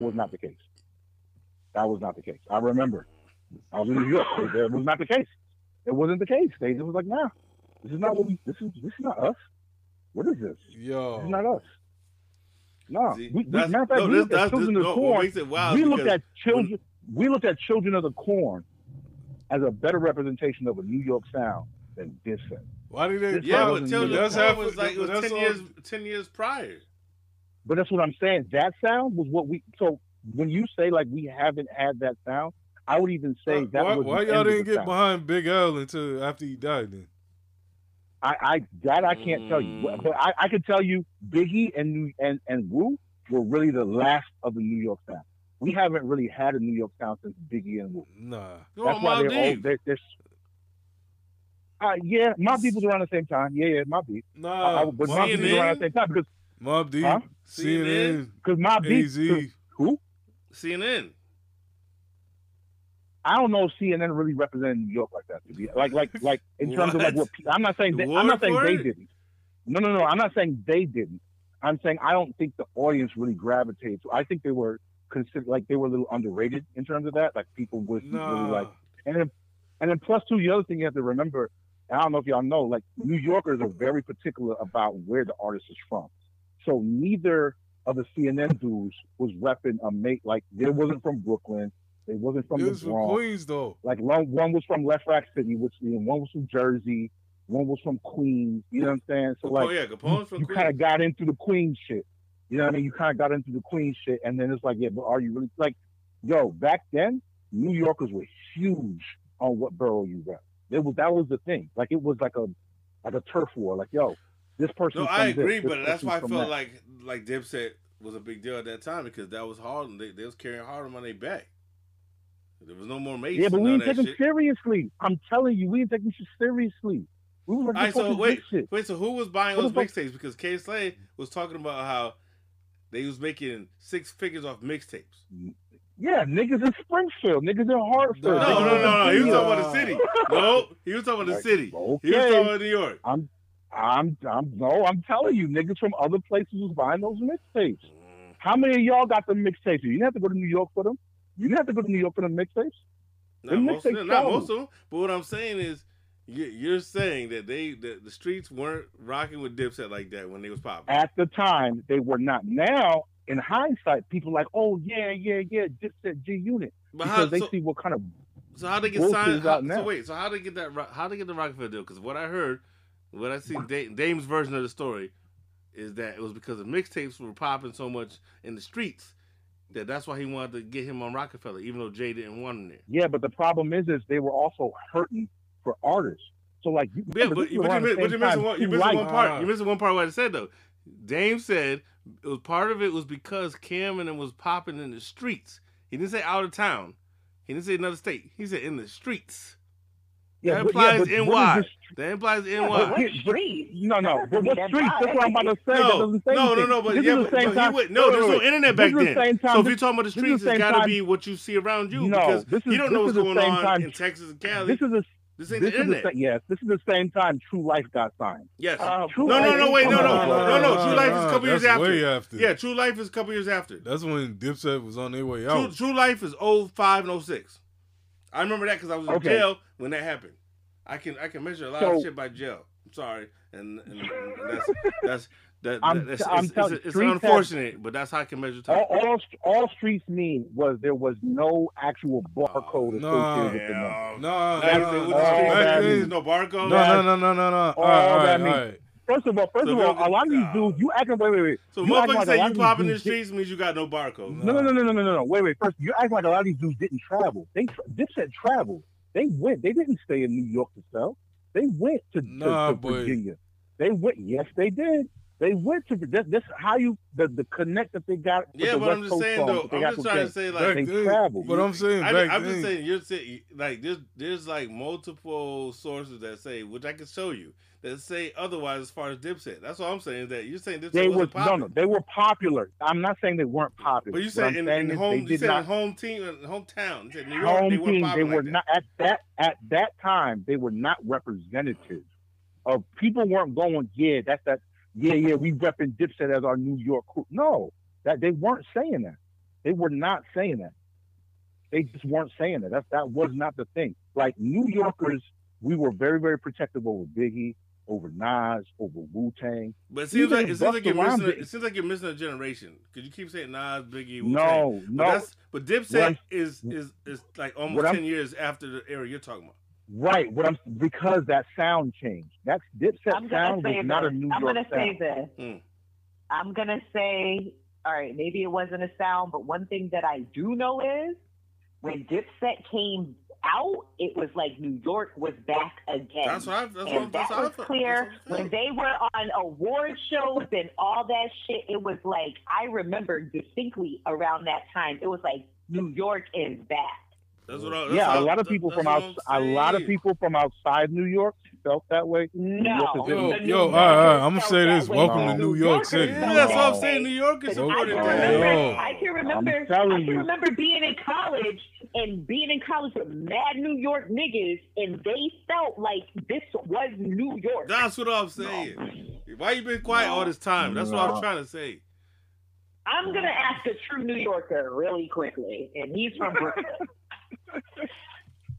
was not the case. That was not the case. I remember. I was in New York. That was not the case. It wasn't the case. They just was like, nah, this is not what we, this is this is not us. What is this? This is Yo. not us. No, See, Oh, we, we, that's- matter of fact, no, we this- looked at that's- children this- of the no, what corn. makes it wild we is looked because at children. we looked at children of the corn as a better representation of a New York sound than this. set. Why did they? This Yeah, was but in Children New of York. that's Corn half- was like it was that's ten all- years ten years prior. But that's what I'm saying. That sound was what we. So when you say like we haven't had that sound, I would even say that why was. the why end y'all of the didn't get sound. behind Big L until after he died? Then I, I that I can't tell you, Mm. but I, I could tell you Biggie and New- and and Wu were really the last of the New York sound. We haven't really had a New York sound since Biggie and Wu. nah. Come on, they're all Maldives. they're, they're uh, yeah, Mob Deep was around the same time. Yeah, yeah, Mob Deep. I, I, Nah, but Mob, Mob Deep was around CNN? the same time because Mob Deep, Huh? CNN, because Mob Deep. AZ. Who? CNN. I don't know if CNN really represented New York like that. To be like like like in terms of like What? what pe- I'm not saying The they, I'm not word saying for they it? didn't. No, no, no. I'm not saying they didn't. I'm saying I don't think the audience really gravitated. to I think they were considered like they were a little underrated in terms of that. Like people was really Nah. like and then and then plus two the other thing you have to remember. and I don't know if y'all know like New Yorkers are very particular about where the artist is from. So neither of the CNN dudes was repping a mate like they wasn't from Brooklyn. They wasn't from It the was from Bronx. Queens though. Like one, one was from Left Rack City, which and one was from Jersey, one was from Queens. You know what I'm saying? So oh like yeah, Capone's from you Queens. kind of got into the Queen shit. You know what I mean? You kind of got into the Queen shit, and then it's like, yeah, but are you really like, yo? Back then, New Yorkers were huge on what borough you rep. It was that was the thing. Like it was like a like a turf war. Like yo, this person. No, I agree, this, but this that's why I person's felt from that. like like Dipset was a big deal at that time because that was Harlem. They, they was carrying Harlem on their back. There was no more Mason. yeah, but we none didn't of take that them shit. seriously. I'm telling you, we didn't take them shit seriously. We was like, All right, this so fucking wait, shit. Wait, so who was buying What those the fuck- mixtapes? Because K Slay was talking about how they was making six figures off mixtapes. Yeah, niggas in Springfield, niggas in Hartford. No, No, niggas no, no, no. in He Virginia. was talking about the city. No, he was talking about the Like, city. He was talking Okay, about New York. I'm, I'm, I'm. No, I'm telling you, niggas from other places was buying those mixtapes. Mm, How many of y'all got the mixtapes? You didn't have to go to New York for them. You didn't have to go to New York for the mixtapes. Not most, of mixtapes them, not sell. most of them. But what I'm saying is, you- you're saying that they that the streets weren't rocking with Dipset like that when they was popping. At the time, they were not. Now, in hindsight, people like, oh yeah, yeah, yeah, just that G Unit But because how, they so, see what kind of so how they get Wolf signed? is out How, so now. wait, so how they get that? Ro- How they get the Rockefeller deal? Because what I heard, what I see, da- Dame's version of the story is that it was because the mixtapes were popping so much in the streets that that's why he wanted to get him on Rockefeller, even though Jay didn't want him there. yeah. But the problem is, is they were also hurting for artists. So like, you, Yeah, remember, but, but this you, was around the missed, but same you time missing one. You Two missing one Lights- part. You missing one part. What I said though, Dame said it was part of it was because Cam and them was popping in the streets. He didn't say out of town. He didn't say another state. He said in the streets. but- That yeah, implies but what NY. is this- That implies but NY. No, what- street? No, no. But what That streets? That's what I'm about to say. that no, doesn't say no, no, anything. no. But this yeah, is but, the same but time. he would, no, wait, there's wait, no wait. internet This back is the then. same time- so if you're talking about the this is the streets, it's same got to time- be what you see around you No, because this is- you don't know this is what's the going same on time- in Texas and Cali. This is a. This ain't This the is the, internet. sa- yes, this is the same time True Life got signed. Yes. Oh, True No, no, no, wait, no, no, Oh, no, no. True Life is a nah, couple years that's after. Way after. Yeah, True Life is a couple years after. That's when Dipset was on their way True, Oh. out. True Life is 05 and 06. I remember that because I was in Okay. jail when that happened. I can I can measure a lot of So- shit by jail. I'm sorry, and, and, and that's that's that, I'm- that's I'm it's, telling it's, you, it's streets unfortunate, but that's how I can measure time. All, all all streets mean was there was no actual barcode Oh, associated nah. with the number. Yeah. Nah, nah, Like I nah, said, with all the street, that back then, means- there's no barcode. no, no, no, no, no, no. All right, all right, that all means- right. First of all, first So of there all, was- a lot of these nah. dudes, you acting wait, wait, wait. So You act motherfuckers like a say lot you of pop in the these dudes streets means you got no barcode. No, no, no, no, no, no, no, no. Wait, wait. First, you act like a lot of these dudes didn't travel. They tra- Dipset traveled. They went. They didn't stay in New York to sell. They went to, to- Nah, to boy. Virginia. They went. Yes, they did. They went to. That, that's how you the, the connect that they got. With Yeah, the but West I'm just Coast saying songs though, that they I'm got just trying to Dipset. say Back like They then- traveled. But I'm saying I, back am then. just saying you're saying like there's there's like multiple sources that say which I can show you that say otherwise as far as Dipset. That's all I'm saying is that you're saying Dipset They was were no, popular. no. They were popular. I'm not saying they weren't popular. But you What said I'm in, saying in is home they you did said not home team in hometown. You said New York home they weren't team, they popular were like that. not at that at that time. They were not representative of people weren't going. Yeah, that's that. Yeah, yeah, we repping Dipset as our New York crew. No, that they weren't saying that. They were not saying that. They just weren't saying that. That that was not the thing. Like New Yorkers, we were very very protective over Biggie, over Nas, over Wu Tang. But it seems Even like it seems like you're Busta Rhymes missing. A, did- it seems like you're missing a generation because you keep saying Nas, Biggie. Wu-Tang. No, but no, that's, but Dipset What- is is is like almost what I'm- ten years after the era you're talking about. right. What I'm because that sound changed. That's Dipset I'm gonna sound say was not a this. New I'm York gonna sound. say this. Hmm. Mm. I'm gonna say, all right, maybe it wasn't a sound, but one thing that I do know is when Dipset came out, it was like New York was back again. That's what I. That's what, and that's that how I was felt. clear That's how I felt. when they were on award shows and all that shit. It was like I remember distinctly around that time. It was like New York is back. That's what I- that's Yeah, how- a lot of that- people that's from what outs- a I'm lot of saying. people from outside New York felt that way. No, York is Yo, the New yo, all right, all right. I'm gonna Yorkers say felt this. that way. Welcome to No. New York Yorkers City. felt Yeah, that that's what I'm way. saying. New York is But I can supported remember, that. Yo. I can remember, I telling can you. remember being in college and being in college with mad New York niggas, and they felt like this was New York. That's what I'm saying. Why you been quiet all this time? That's what I'm No. trying to say. I'm gonna ask a true New Yorker really quickly, and he's from Brooklyn.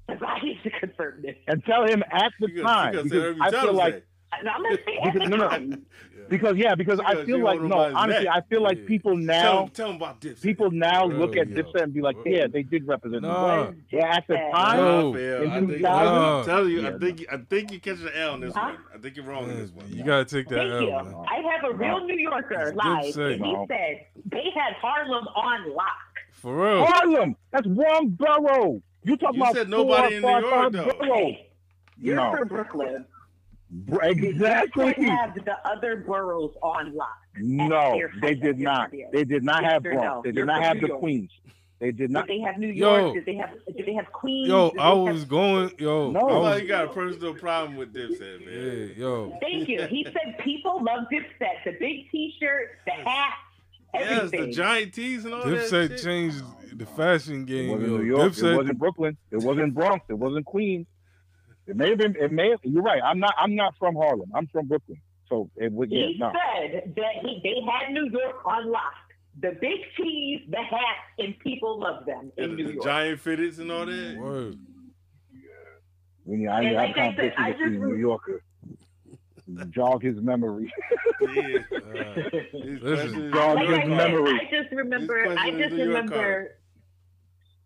'Cause I need to confirm this. And tell him at the You time gotta, you gotta say because every I feel Saturday. like And I'm gonna say at the Because- no, no. time, because yeah because Yeah, I feel you like hold no on by his honestly neck. I feel like Yeah. people tell, now him- tell him about this. people now Bro, look at yo. Dipset and be like Bro. yeah they did represent No. New York. Uh, yeah at the Dipset. time No. I feel. I In think, 2000? I'm telling you, Yeah. I think I think you catch an L on this Huh? one. I think you're wrong on this one. You gotta take that thank L, you. man. I have a real New Yorker It's live, Dipset. and he Wow. said they had Harlem on lock. For real. Harlem that's one borough you talking You about said nobody in New four or York, five though. boroughs. You're No. from Brooklyn. Br- They exactly have the other boroughs on lock. no Yes, they yes, did yes, not yes. they did not Yes, have sir, no. Bronx they You're did not from have New the York. Queens they did Did not they have New Yo. York? Did they have Did they have Queens? Yo, Did they I have- was going. Yo, No. I That's why was. you got a personal problem with Dipset, Yeah, man. yo. Thank you. He said people love Dipset. The big T-shirt, the hat, Yes, everything. the giant tees and all that. Dipset shit. changed the fashion It game. wasn't Yo. New York. It Dipset. wasn't Brooklyn. It wasn't Bronx. It wasn't Queens. It may have been. It may. Have, you're right. I'm not. I'm not from Harlem. I'm from Brooklyn. So it would. Yeah. he No. said that he, they had New York on lock. The big T's, the hat, and people love them in And the, New the York. giant fitteds and all that. Word. We need. I And need to have like I said, competition I between just- New Yorker. Jog his memory. Uh, Yeah. Listen. These questions- Dog, like Your I, said, memory. I just remember. These I questions just in New York remember.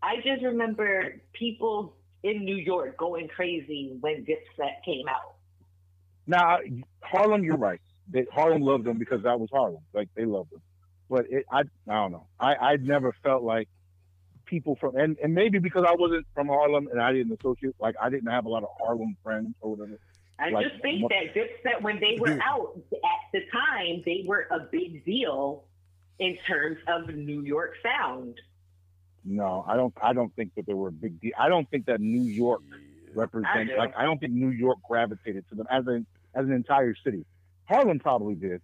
I just remember people in New York going crazy when Dipset came out. Now Harlem. You're right. They, Harlem loved them because that was Harlem. Like they loved them. But it, I. I don't know. I. I never felt like people from and, and maybe because I wasn't from Harlem and I didn't associate like I didn't have a lot of Harlem friends or whatever. I Like, just think mo- that Dipset, when they were out at the time, they were a big deal in terms of New York sound. No, I don't. I don't think that they were a big deal. I don't think that New York I represent do. like I don't think New York gravitated to them as an as an entire city. Harlem probably did,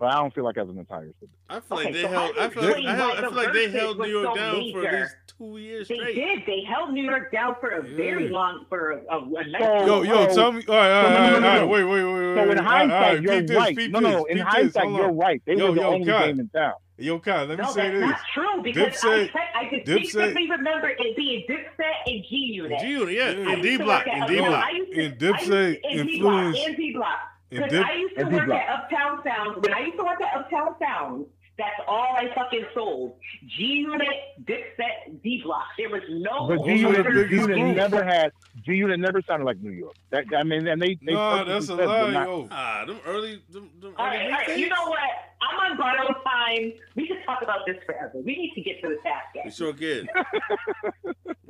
but I don't feel like as an entire city. I feel like Okay, they so held. I I feel like, explain I held, why I the feel like they verses held New was York so down for at major. least two years They straight. did. They held New York down for a very Yeah. long, for a, a, a So- Yo, yo, So- tell me. All right, all no, no, no, right, all right, no, all no. right. Wait, wait, wait, wait. So in Uh, all right, all hindsight, right, you're peep this, right. peep no, no, this, in peep this. hindsight, Hold you're on. right. They Yo, were the yo, only Kai. game in town. Yo, Kai, let me No, say that's this. not true because Dipset- I, I distinctly Dipset- remember it being Dipset and G Unit. G Unit, yeah, Mm. Yeah. I in used D to Block, work in at D Uptown. Block. I used to- And Dipset I used to- influenced- And D Block. And Because Dip- I used to and D work Block. at Uptown Sound. When I used to work at Uptown Sound, that's all I fucking sold. G Unit, Dipset, D Block. There was no. But Those G are the Unit, oh, biggest G Unit groups. never had G Unit never sounded like New York. That I mean, and they they Nah, purposely that's a said they're lie, not- yo. Ah, them early, them, them All early right, all right. mixtapes. You know what? I'm on borrowed time. We could talk about this forever. We need to get to the We basket. sure can.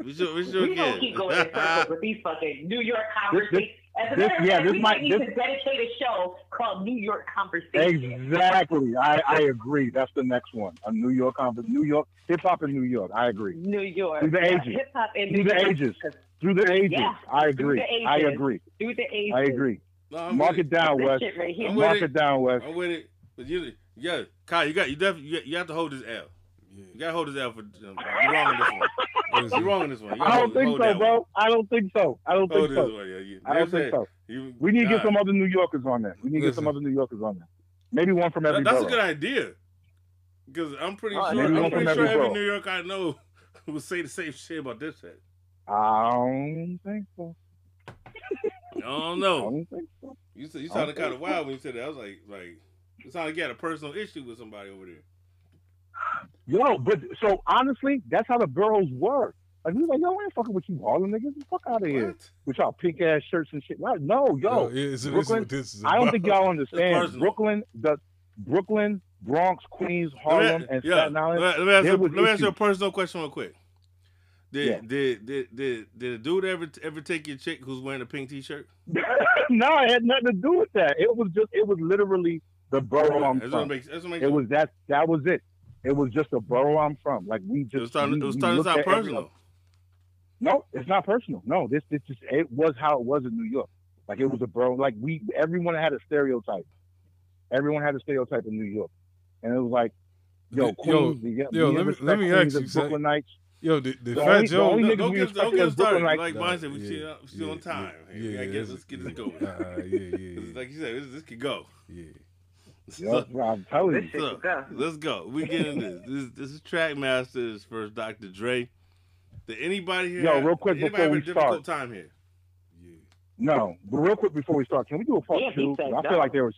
we sure, we sure We don't can. keep going in circles with these fucking New York conversations. As a this- matter of yeah, fact, this we might- might need this- to dedicate a show called New York Conversations. Exactly. I, I agree. That's the next one. A New York conference. New York hip hop in New York. I agree. New York. Through the ages. Hip hop and Through New the York. ages. Through the ages. Yeah, I agree. the I ages. agree. Through the ages. I agree. No, I'm Mark with it it. down, This West. shit right here. I'm with Mark it. Oh, it down, West. I'm with it. But you, yeah, Kyle, you got you definitely you, you have to hold this L. You got to hold this L for um, you're wrong on this one. You're Yeah. wrong on this one. You gotta I don't hold- think hold so, that one. bro. I don't think so. I don't Hold think this so. one. Yeah, you, I don't think so. You, We need to get God. some other New Yorkers on there. We need to get some Listen. other New Yorkers on there. Maybe one from every That- that's a borough. good idea. Because I'm pretty Oh, sure, maybe I'm one pretty from sure every every borough. New Yorker I know would say the same shit about Dipset. I don't think so. I don't I know. don't think so. You said you I don't sounded kind of think wild when you said that. I was like, like, it sounded like you had a personal issue with somebody over there. Yo, but so honestly, that's how the boroughs were. Like we was like, yo, I ain't fucking with you Harlem niggas. Get the fuck out of here What? with y'all pink ass shirts and shit. Like, no, yo, it's, it's Brooklyn, what this is I don't think about. y'all It's understand. personal. Brooklyn, the Brooklyn, Bronx, Queens, Harlem, and yeah, Staten Island. Let, let me ask, there you, was let me ask you a issues. personal question real quick. Did, Yeah. did, did, did, did a dude ever ever take your chick who's wearing a pink t-shirt? no, it had nothing to do with that. It was just, it was literally the borough I'm That's what from. makes, that's what makes It was that, that was it. It was just the borough I'm from. Like we just, it was starting, we- it was we starting to looked at sound every personal. No, it's not personal. No, this this just it was how it was in New York. Like it was a bro. Like we everyone had a stereotype. Everyone had a stereotype in New York, and it was like, yo, Yo, Queens, yo, yo, let me- let me ask you, son. Brooklynites. Yo, the, the The Fat only- the Joe. only No, niggas we don't get, don't respected get as Brooklyn started. Like, Knights. Mine said, we still, we still yeah, on time. yeah, Hey, we gotta yeah, get, it's- let's get this yeah, going. Uh, yeah, yeah, 'Cause yeah, Like you said, this, this could go. yeah. Yo, bro, I'm telling This you. shit Look, go. Let's go. We getting this. This, this is Trackmasters versus Dr. Dre. Did anybody here? Yo, have- real quick anybody before have a we difficult time here. yeah. No, but real quick before we start, can we do a part Yeah, he two? 'Cause said I feel no. like there was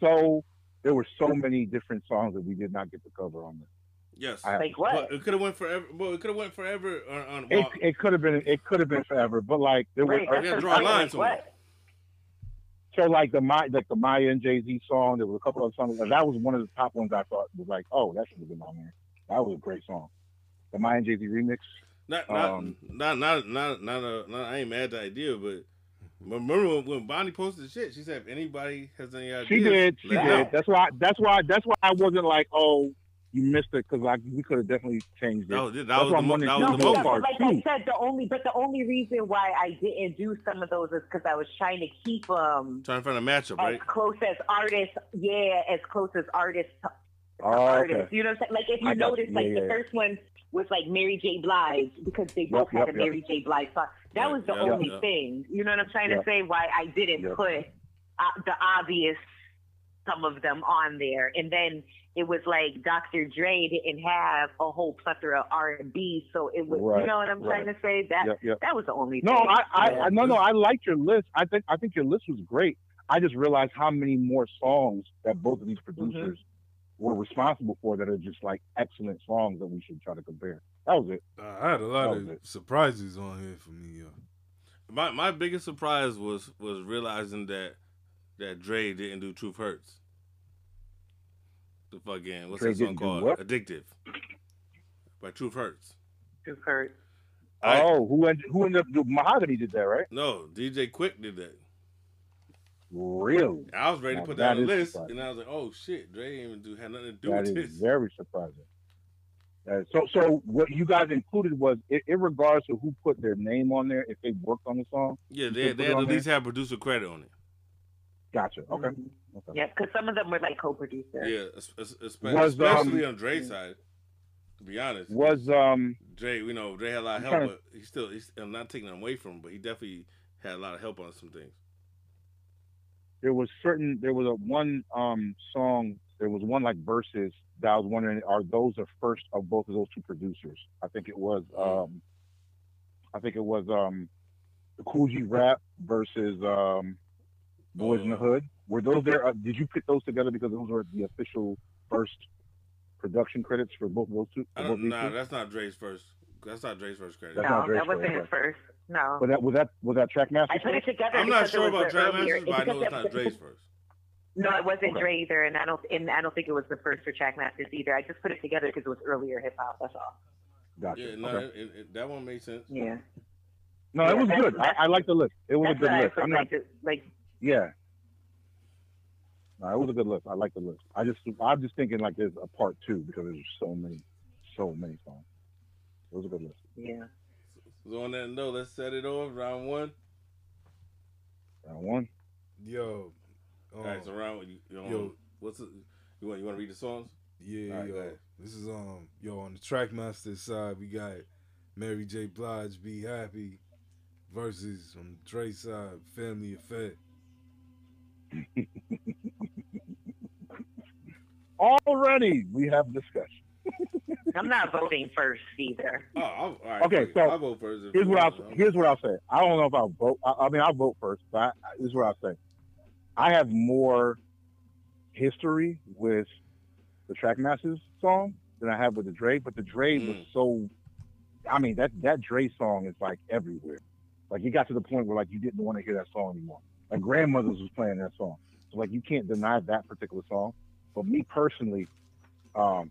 so there were so many different songs that we did not get to cover on this. Yes. I- Like But what? it could have went forever. Well, it could have went forever on, on It, Walk. it could have been it could have been forever, but like there were Right, gotta that's draw a what I'm line like, somewhere. what? So like the Maya, like the Maya and Jay Z song, there was a couple of songs. That was one of the top ones I thought was like, oh, that should have been on there. That was a great song. The Maya and Jay Z remix. Not, not, um, not, not, not, not, a, not. I ain't mad at the idea, but remember when, when Bonnie posted the shit? She said, if anybody has any ideas, She did, she let did. me know. That's why. That's why. That's why I wasn't like, oh, you missed it because like we could have definitely changed it. That was, that That's was what the, I'm mo- wondering. that No, was the but most that's- part. part like two. I said, the only but the only reason why I didn't do some of those is because I was trying to keep them Trying to find a Oh, matchup, as right? close as artists. Yeah, as close as artists to oh, artists. okay. You know what I'm saying? Like if I you got notice, you. like Yeah, the yeah, first one was like Mary J. Blige because they both Yep, had yep, a yep. Mary J. Blige song. That Yeah, was the yeah, only yeah. thing. You know what I'm trying Yeah. to say? Why I didn't Yeah. put uh, the obvious some of them on there, and then it was like Dr. Dre didn't have a whole plethora of R and B, so it was. Right, You know what I'm right. trying to say? That Yep, yep. that was the only. No, thing. I, I, I, no, no. I liked your list. I think, I think your list was great. I just realized how many more songs that both of these producers were responsible for that are just like excellent songs that we should try to compare. That was it. I had a lot of Okay. surprises on here for me. Yo. My my biggest surprise was was realizing that that Dre didn't do Truth Hurts. The fucking what's Dre that song didn't do called? what? Addictive. By Truth Hurts. You've heard. I- oh, who ended, who ended up? Mahogany did that, right? No, DJ Quick did that. Really? I was ready Now to put that that, on the is list, surprising. and I was like, "Oh shit, Dre didn't even do had nothing to do That with is this." very surprising. Uh, so, so what you guys included was, in, in regards to who put their name on there, if they worked on the song. yeah, You they, put they it had to on at least have producer credit on it. Gotcha. Okay. okay. Yeah, because Mm-hmm. some of them were like co-producers. Yeah, es- es- espe- Was, um, especially on Dre's side. To be honest, Was um Dre, we know Dre had a lot of I'm help, trying but he still, he's, I'm not taking him away from him, but he definitely had a lot of help on some things. there was certain there was a one um song there was one like verses that I was wondering are those the first of both of those two producers? I think it was Mm-hmm. um I think it was um the Cool G Rap versus um Boys in the Uh, Hood. Were those there? Uh, did you put those together because those were the official first production credits for both of those two? I for both don't. these Uh, Nah, two? that's not Dre's first. That's not Dre's first credit. That's no, not Drake's that wasn't first, his first. No. But that was that was that Trackmaster? I put it together. I'm not because it sure was about the Dre earlier- Masters, but I because know it's that- not Dre's first. No, it wasn't Okay. Dre either, and I don't and I don't think it was the first for Track Masters either. I just put it together because it was earlier hip hop. That's all. Gotcha. Yeah, no, Okay. it, it, it- that one made sense. Yeah, No, it yeah, was that's- good. I, I like the list. It was that's a good what I list. put, I'm not like, the- like Yeah. No, it was a good list. I like the list. I just I'm just thinking like there's a part two because there's so many, so many songs. It was a good list. yeah. So on that note, let's set it off. Round one. Round one. Yo. All right, so um, round you, you know, Yo. what's it, you want? You want to read the songs? Yeah, Alright, go yo. ahead. This is um yo on the Trackmaster side we got Mary J. Blige Be Happy versus on the Dre side Family Affair. Already we have discussion. I'm not voting first either. Oh, I'll, all right, Okay, fuck it. so I'll vote first. if Here's you what I'll want. I'm- here's what I'll say. I don't know if I'll vote. I, I mean, I'll vote first, but I, I- this is what I'll say. I have more history with the Trackmasters song than I have with the Dre, but the Dre was Mm. so. I mean, that that Dre song is like everywhere. Like it got to the point where like you didn't want to hear that song anymore. Like grandmothers was playing that song, so like you can't deny that particular song. But me personally, um,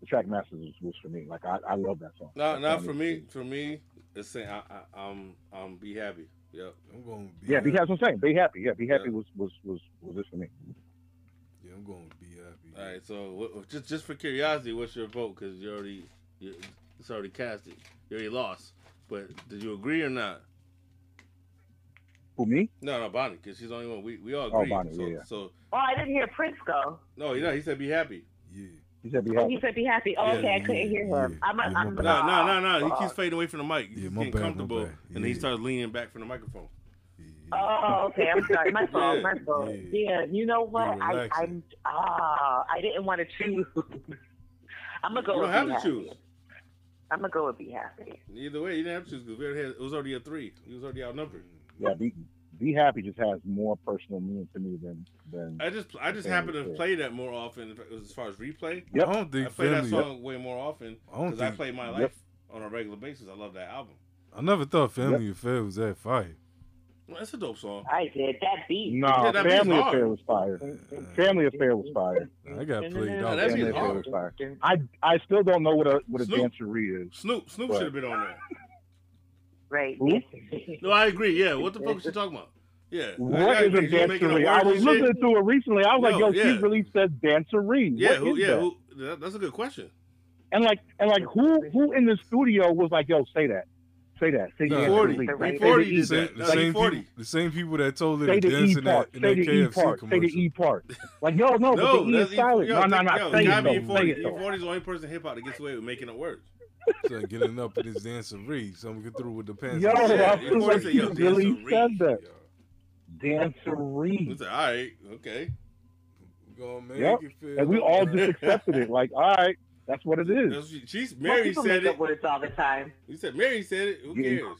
the Trackmasters was, was for me. Like I, I love that song. No, That not song for is- me. For me, it's saying I, I, I'm, I'm be happy. Yep. I'm going to be Yeah, happy. be happy. That's what I'm saying. Be happy. Yeah, be happy Yeah. was was was was this for me. Yeah, I'm going to be happy. All right. So what, what- just, just for curiosity, what's your vote? Because you already, you, it's already casted. You already lost. But did you agree or not? For me? No, no, Bonnie, because she's the only one. We, we all Oh, agree. Bonnie, so, yeah, yeah. so Oh, I didn't hear Prince go. no, you know, he said be happy. Yeah. He said be Oh, he happy. said be happy. Oh, Yeah, okay, I couldn't yeah, hear him. yeah. I'm, Yeah, I'm, my No, bad. no, no, no. He fuck. keeps fading away from the mic. He's Yeah, my getting bad, my comfortable, bad. and he Yeah. starts leaning back from the microphone. yeah, yeah. Uh, Oh, okay. I'm sorry. My fault. My fault. Yeah. Yeah. You know what? Yeah, I, relax. I'm. Ah, I didn't want to choose. I'm gonna go. You don't with have be to happy. choose. I'm gonna go with be happy. Either way, you didn't have to choose because we already had, it was already a three. He was already outnumbered. Yeah, be be happy just has more personal meaning to me than than I just I just Yeah, happen to yeah. play that more often as far as replay. Yep. I don't I think play that family. song way more often I don't because I think. play my Yep. life on a regular basis. I love that album. I never thought Family Affair was that fire. Well, that's a dope song. I did that beat. No, Yeah, that beat's Family hard. Affair was fire. Uh, Family Affair was fire. I got played No, out. that Family beat's Affair hard. was fire. I I still don't know what a what a Snoop. dancery is. Snoop Snoop Right. should have been on there. Right. Who? No, I agree. Yeah, what the fuck is she talking about? Yeah, I- I What is a agree. She was making up dancery? I words was and shit. looking through it recently. I was like, No, yo, yeah. she really said dancery. Yeah, What who, is yeah, that? who, that, that's a good question. And like and like who who in the studio was like, yo, say that. Say that. Say No. dancery. 40. Say Right. the Forty E. did Same- that. the Like same forty. people, the same people that told her Say to the dance E in that, part. in Say that the E KFC part. Say the commercial. E part. Like yo, no, but the E that's is silent. yo, no, no, no. yo, say you it gotta be though. Say E40. it though. E40 is the only person in hip hop that gets away with making up words. Started getting up in his dancery. Someone get through with the pants. Yo, on. I Yeah, feel E40 like said, he yo, really dancery. said that. Yo, We Dancery. said, all right, okay. we gonna make Yep. it feel And we all just accepted it. Like, all right, that's what it is. That's, she- she's Most Mary people said make up it. words all the time. You said Mary said it. Who You- cares?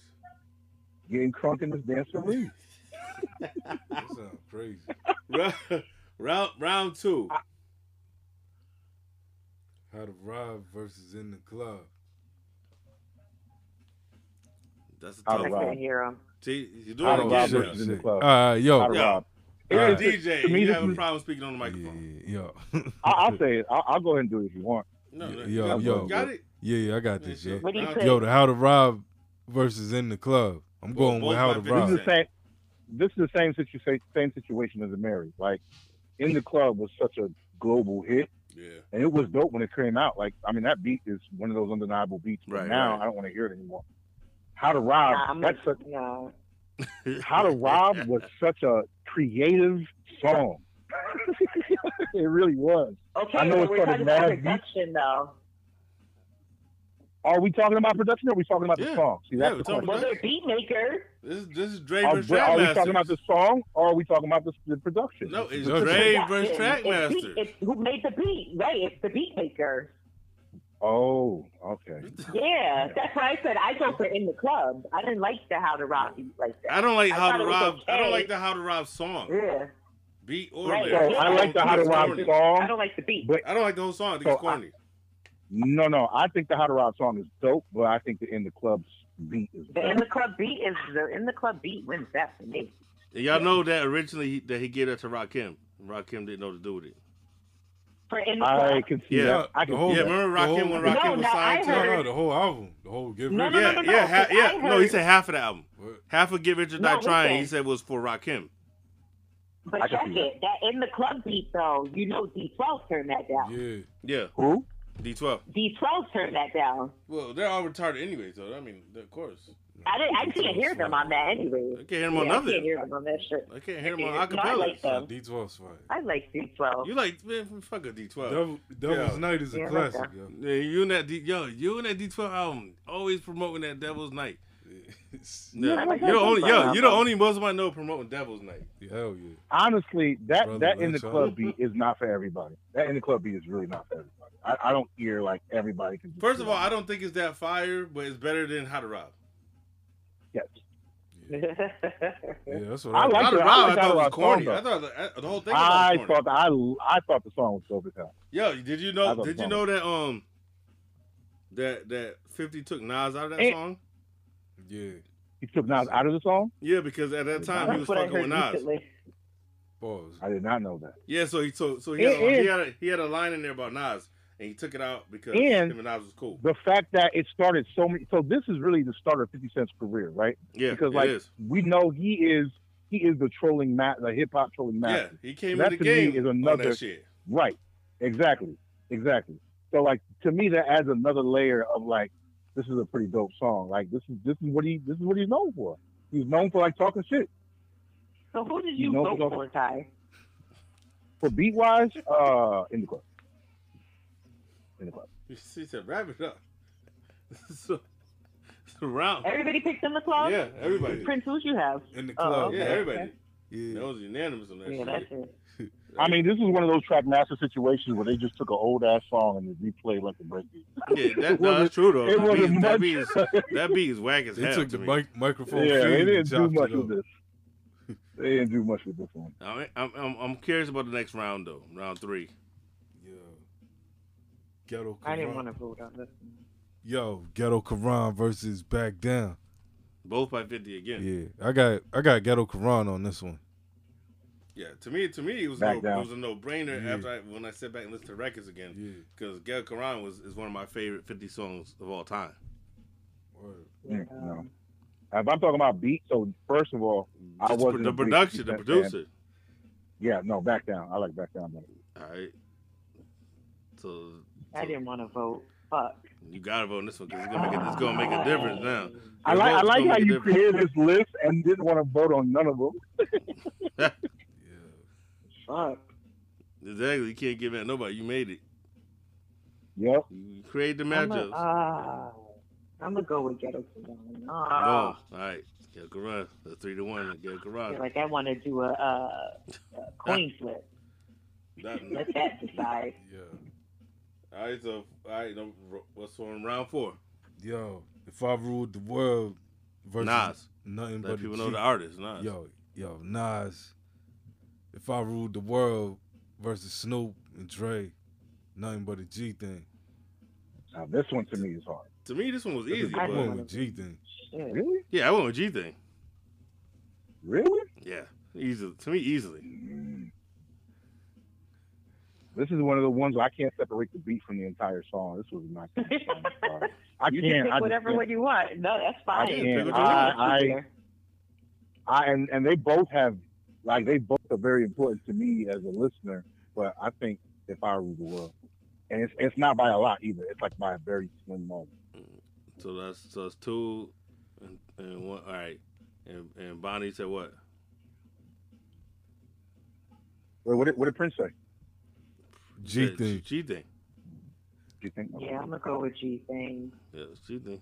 Getting crunk in this dancery. That sounds crazy. Rou- round round two. How to rob versus in the club. That's a How tough to I Rob. one. couldn't hear him. See, you're doing How it to Oh, rob again. shit, versus bro. in the shit. club. All right, yo. How to Yeah. rob. You're a All right. DJ. To me, You this have a is- problem speaking on the Yeah, microphone. yo. I- I'll say it. I'll, I'll go ahead and do it if you want. No, no, Yo, you got, yo. you got it. Yeah, yeah, I got this, yo. Shit. What do you Round say? two. Yo, the how to rob versus in the club. I'm Well, going both with how my to business This is rob. the same. This is the same situation. Same situation as the Mary. Like, in the club was such a global hit. Yeah. and it was dope when it came out. Like, I mean, that beat is one of those undeniable beats. But Right, now right. I don't want to hear it anymore. How to Nah, Rob? I'm that's a, no. How to Rob was such a creative song. it really was. Okay, I know well, it's we're called a talking about mad beat. production, though. Are we talking about production? Or are we talking about Yeah. the song? See, Yeah, that's we're the talking question. Well, they're beat makers. This is this is Dre Are, versus we- are we talking about Trackmaster. the song or are we talking about the, the production? No, it's Production. Dre Yeah, versus it- It's, beat- Trackmaster. it's who made the beat, right? It's the beat maker. Oh, okay. Yeah, that's why I said I go for in the club. I didn't like the how to rock beat like that. I don't like I how thought to it was rob. I don't okay. like the how to rob song, Yeah, beat or Mm. Right. So lyrics. I like the How to It's Rob corny. I song. don't like the beat. But- I don't like the whole song. I think So it's corny. No, no, I think the How to Rob song is dope, but I think the In the Club's beat is The in better. the club beat is the in the club beat wins that for me. And y'all know that originally he, that he gave that to Rakim. Rakim didn't know what to do with it. For in the I club. can see Yeah. that. I can The see whole- Yeah, that. remember The Rakim whole- when No, Rakim was Oh, no, I signed to? No, heard- no, the whole album, the whole Get No, Rich. no, yeah, no, no, yeah, no, ha- 'cause yeah. I No, he heard- said half of the album. What? Half of Get Rich or No, Die listen. Trying, he said was for Rakim. But I check can see it. That in the club beat though, you know D12 turned that down. Yeah, Yeah, Who? D12. D12 turned that down. Well, they're all retarded anyway, so I mean, of course. I didn't. I couldn't hear them on that I anyway. can't hear him Yeah, on I can't nothing. hear them on that shit. I can't hear him No, I on acapella. like that. D12's fire. I like D12. You like, man, fuck a D12. Devil, Devil's Yeah. Night is a Yeah, I like classic, that. yo. Yeah, you and that D, yo, you and that D12 album, always promoting that Devil's Night. Yes. Yeah. Yeah, I like You're the that. only, yo, Right. you're the only Muslim I know promoting Devil's Night. Hell yeah. Honestly, that Brother, that in the that's all. club beat is not for everybody. That in the club beat is really not for everybody. I, I don't hear like everybody can. just First do of all, that. I don't think it's that fire, but it's better than How to Rob. yes, Yeah, that's what I I, like How to it. Rob, I I like How thought it to was Rob corny. song, I thought the, I- the whole thing I was corny. thought I I thought the song was dope as hell. Yo, did you I know? thought Did you so. know that um that that Fifty took Nas out of that Eh. song? Yeah. He took Nas out of the song. Yeah, because at that time he was That's what I fucking with heard Nas. recently. Pause. I did not know that. Yeah, so he so so he Eh, had, a, he eh. had a he had a line in there about Nas, and he took it out because And- him and Nas was cool. The fact that it started so many. So this is really the start of Fifty Cent's career, right? Yeah, because, it like, is. We know he is he is the trolling mat, the hip hop trolling Yeah, master. he came that in to the me game is on another- that shit. Right. Exactly. Exactly. So like to me that adds another layer of like this is a pretty dope song. Like this is this is what he this is what he's known for. He's known for like talking shit. So who did you No, vote no. for, Ty? For beat wise, uh in the club. In the club. He said, "Wrap it up." so, so round. Everybody picked in the club. Yeah, everybody. Yeah. Prince, who'd you have? In the Oh, club. Yeah, Okay. everybody. Yeah. That was unanimous on that Yeah, shit. that's it. I mean, this is one of those trap master situations where they just took an old ass song and they replayed like a breakbeat. Yeah, that, It no, that's true though. it That wasn't beat, that, much. beat is, that beat is whack as They hell took to the me. mic- microphone. yeah, they feed didn't and do chopped much it with up. this. They didn't do much with this one. All right, I'm, I'm I'm curious about the next round though, round three. Yo. Ghetto I didn't Quran- want to vote on this. Yo, Ghetto Quran versus Back Down. Both by fifty again. Yeah, Yeah, I got I got Ghetto Quran on this one. to me, to me, it was Back no, down. it was a no brainer Yeah. after I, when I sat back and listened to records again Yeah, because Gel Quran was is one of my favorite fifty songs of all time. word. Mm, Yeah, no. um, If I'm talking about beat, so first of all, I Just wasn't the a big production, the 50 fan. producer. yeah, no, back down. I like back down better. All right, so, I so didn't want to vote. Fuck. you gotta vote on this one because it's gonna make it, it's gonna make a difference now. I like I Votes like gonna how make a you difference. created this list and didn't want to vote on none of them. Yeah. Fuck. Exactly, you can't give it to nobody. You made it. Yep. You created the I'm matchups. gonna, uh, I'm gonna go with Ghetto Quran. Boom. Ah, All right. Gil Carano. That's three to one. Gil I feel Carano. like I want to do a, uh a coin flip. That- Let that decide. Yeah. all right. So, all right. No, what's on round four? Yo, if I ruled the world versus Nas. nothing Let but people a know G. the artist. Nas. Yo, yo, Nas. If I ruled the world versus Snoop and Dre, nothing but a G thing. Now this one to me is hard. To me, this one was This is easy. I but- I don't went wanna with G thing. Shit. Really? yeah, I went with G thing. Really? Yeah, easily. To me, easily. Mm. This is one of the ones where I can't separate the beat from the entire song. This was not. Sorry. I You can't. I can pick just whatever can't. one you want. No, that's fine. Uh, can't. I, I- I and and they both have like they both are very important to me as a listener. But I think if I rule the world, and it's it's not by a lot either. It's like by a very slim moment. So that's so it's two and, and one. All right. And, and Bonnie said what? Wait, what did, what did Prince say? G Said thing. G thing. Do you think? yeah, I'm gonna go with G thing. Yeah, it's G thing.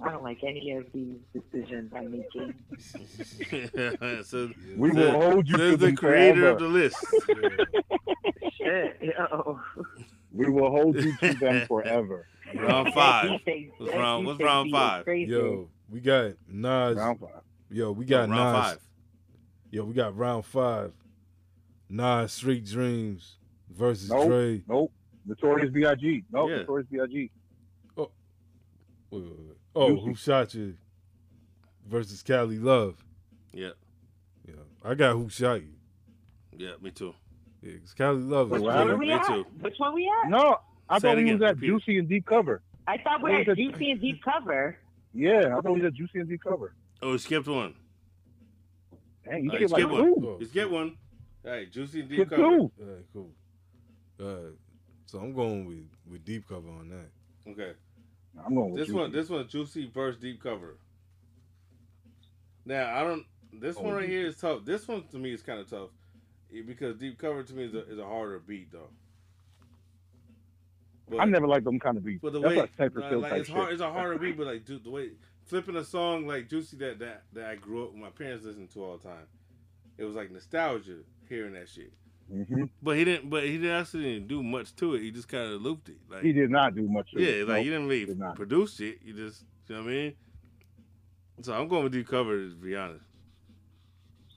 I don't like any of these decisions I'm making. so, We said- will hold you to says the them creator forever. of the list. Shit. Oh. We will hold you to them forever. Round five. That G-Thing- What's that round- what's G-Thing round beat is five? Crazy. Yo, we got Nas. Round five. Yo, we got round Nas. five. Yo, we got round five. Nas Street Dreams versus Nope. Dre. Nope. Notorious B.I.G. Nope. Yeah. Notorious B.I.G. Wait, wait, wait. Oh, who shot you? Versus Cali Love. Yeah. Yeah, I got who shot you. Yeah, me too. Yeah, 'cause Cali Love is Wait, Which what? Wow. better. one are we Me at? too. Which one we at? No, I Say it thought we again, was at repeat it. Juicy and D cover. I thought we What were was at it? Juicy and Deep Cover. Yeah, I thought we was at Juicy and D cover. Oh, we skipped one. Dang, you All right, get like skip one. two. Oh, You skip one. All right, Juicy and Deep Skip Cover. two. All right, cool. All right, so I'm going with with deep cover on that. Okay. I'm going with This Juicy. one, this one, Juicy versus Deep Cover. Now, I don't. This one Oh, right Deep. here is tough. This one to me is kind of tough eh, because Deep Cover to me is a, is a harder beat, though. But, I never liked them kind of beats. but the That's way like Cypress nah, Hill like, type it's hard, shit. it's a harder beat, but like dude, the way flipping a song like Juicy that that that I grew up, my parents listened to all the time. It was like nostalgia hearing that shit. hmm But he didn't. But he didn't actually didn't do much to it. He just kind of looped it. Like He did not do much. of yeah, it. like Nope. you didn't really did not. produce it. You just you know what I mean. So I'm going with deep cover to be honest.